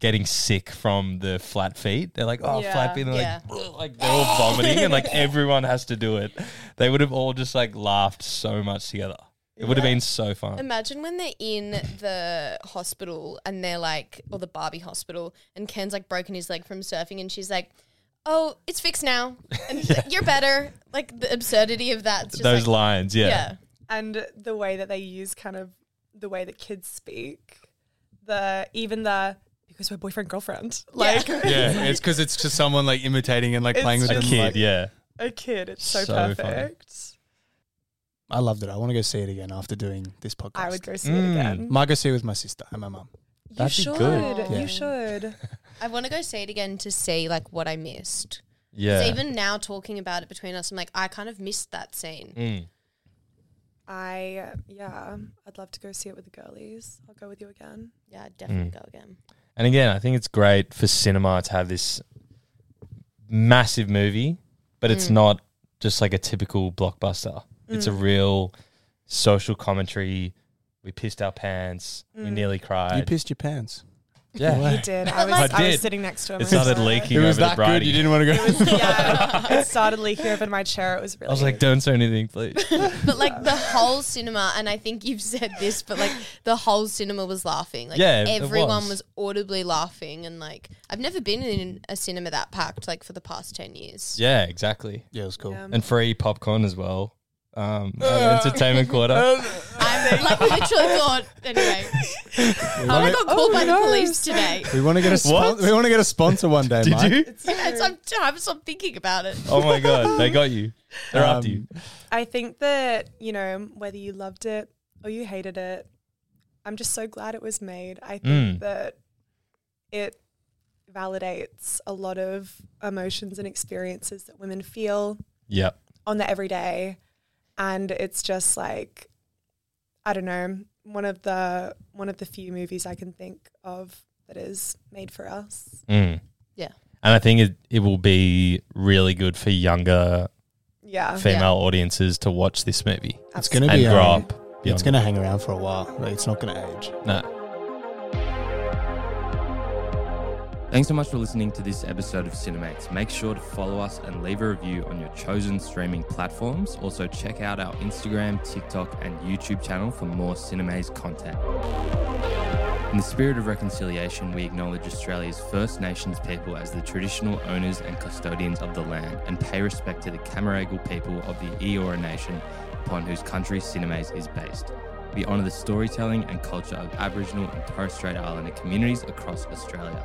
S1: getting sick from the flat feet. They're like, oh,
S9: Yeah.
S1: flat feet. And they're
S8: Yeah.
S1: like, "Ugh," like they're all vomiting, and like everyone has to do it. They would have all just like laughed so much together. It would have been so fun.
S8: Imagine when they're in the hospital and they're like, or the Barbie hospital, and Ken's like broken his leg from surfing, and she's like, "Oh, it's fixed now.
S1: (laughs)
S8: And You're better." Like the absurdity of that. It's just
S1: Those
S8: like,
S1: lines, yeah.
S8: yeah.
S9: and the way that they use kind of the way that kids speak, the even the because we're boyfriend girlfriend, like (laughs)
S7: yeah, it's because it's just someone like imitating and like
S9: It's
S7: playing with
S9: a
S7: them.
S1: Kid,
S7: like-
S1: yeah.
S9: a kid, it's so,
S1: So funny.
S9: perfect.
S7: I loved it. I want to go see it again after doing this podcast.
S9: I would go see
S1: Mm.
S9: it again.
S7: Margot see it with my sister and my mum.
S9: you
S1: That'd be
S9: should,
S1: good.
S7: Yeah.
S9: you should.
S8: I want to go see it again to see like what I missed.
S1: Yeah.
S8: So even now talking about it between us, I'm like, I kind of missed that scene.
S1: Mm.
S9: I yeah, I'd love to go see it with the girlies. I'll go with you again.
S8: Yeah, I'd definitely
S1: Mm.
S8: go again.
S1: And again, I think it's great for cinema to have this massive movie, but it's not just like a typical blockbuster. It's a real social commentary. We pissed our pants. We nearly cried.
S7: You pissed your pants.
S1: yeah.
S9: You did. I
S8: But
S9: was
S8: like-
S1: I
S9: I, was
S1: did.
S9: sitting next to him.
S1: It
S9: I
S1: started
S9: saw
S1: leaking
S7: It was
S1: over the
S7: that
S1: Brady.
S7: good. You didn't want to go.
S9: (laughs) yeah, it started leaking over my chair. It was really.
S1: (laughs) I was like, don't say anything, please.
S8: But like the whole cinema, and I think you've said this, but like the whole cinema was laughing. Like
S1: Yeah, it
S8: everyone
S1: was.
S8: was. audibly laughing, and like I've never been in a cinema that packed like for the past ten years.
S1: yeah, exactly.
S7: (laughs) Yeah, it was cool.
S9: Yeah.
S1: And free popcorn as well. Um, at entertainment quarter.
S8: I like literally thought anyway. I got called by the police today.
S7: (laughs)
S8: (laughs)
S7: We want to get a
S1: What?
S7: spon- we want to get a sponsor one day.
S1: Did
S7: Mike.
S1: you?
S8: Yeah, sometimes I'm thinking about it.
S1: Oh my god, they got you. They're after
S7: Um,
S1: you.
S9: I think that, you know, whether you loved it or you hated it, I'm just so glad it was made. I think
S1: Mm.
S9: that it validates a lot of emotions and experiences that women feel
S1: Yep.
S9: on the everyday. And it's just like, I don't know, one of the one of the few movies I can think of that is made for us.
S1: Mm.
S8: Yeah.
S1: And I think it, it will be really good for younger
S9: Yeah.
S1: female audiences to watch this movie
S7: It's gonna
S1: and
S7: be
S1: grow
S7: um,
S1: up.
S7: It's gonna hang around for a while. Like, it's not gonna age.
S1: no.
S10: Thanks so much for listening to this episode of Cinemates. Make sure to follow us and leave a review on your chosen streaming platforms. Also, check out our Instagram, TikTok, and YouTube channel for more Cinemates content. In the spirit of reconciliation, we acknowledge Australia's First Nations people as the traditional owners and custodians of the land and pay respect to the Camaragal people of the Eora Nation upon whose country Cinemates is based. We honour the storytelling and culture of Aboriginal and Torres Strait Islander communities across Australia.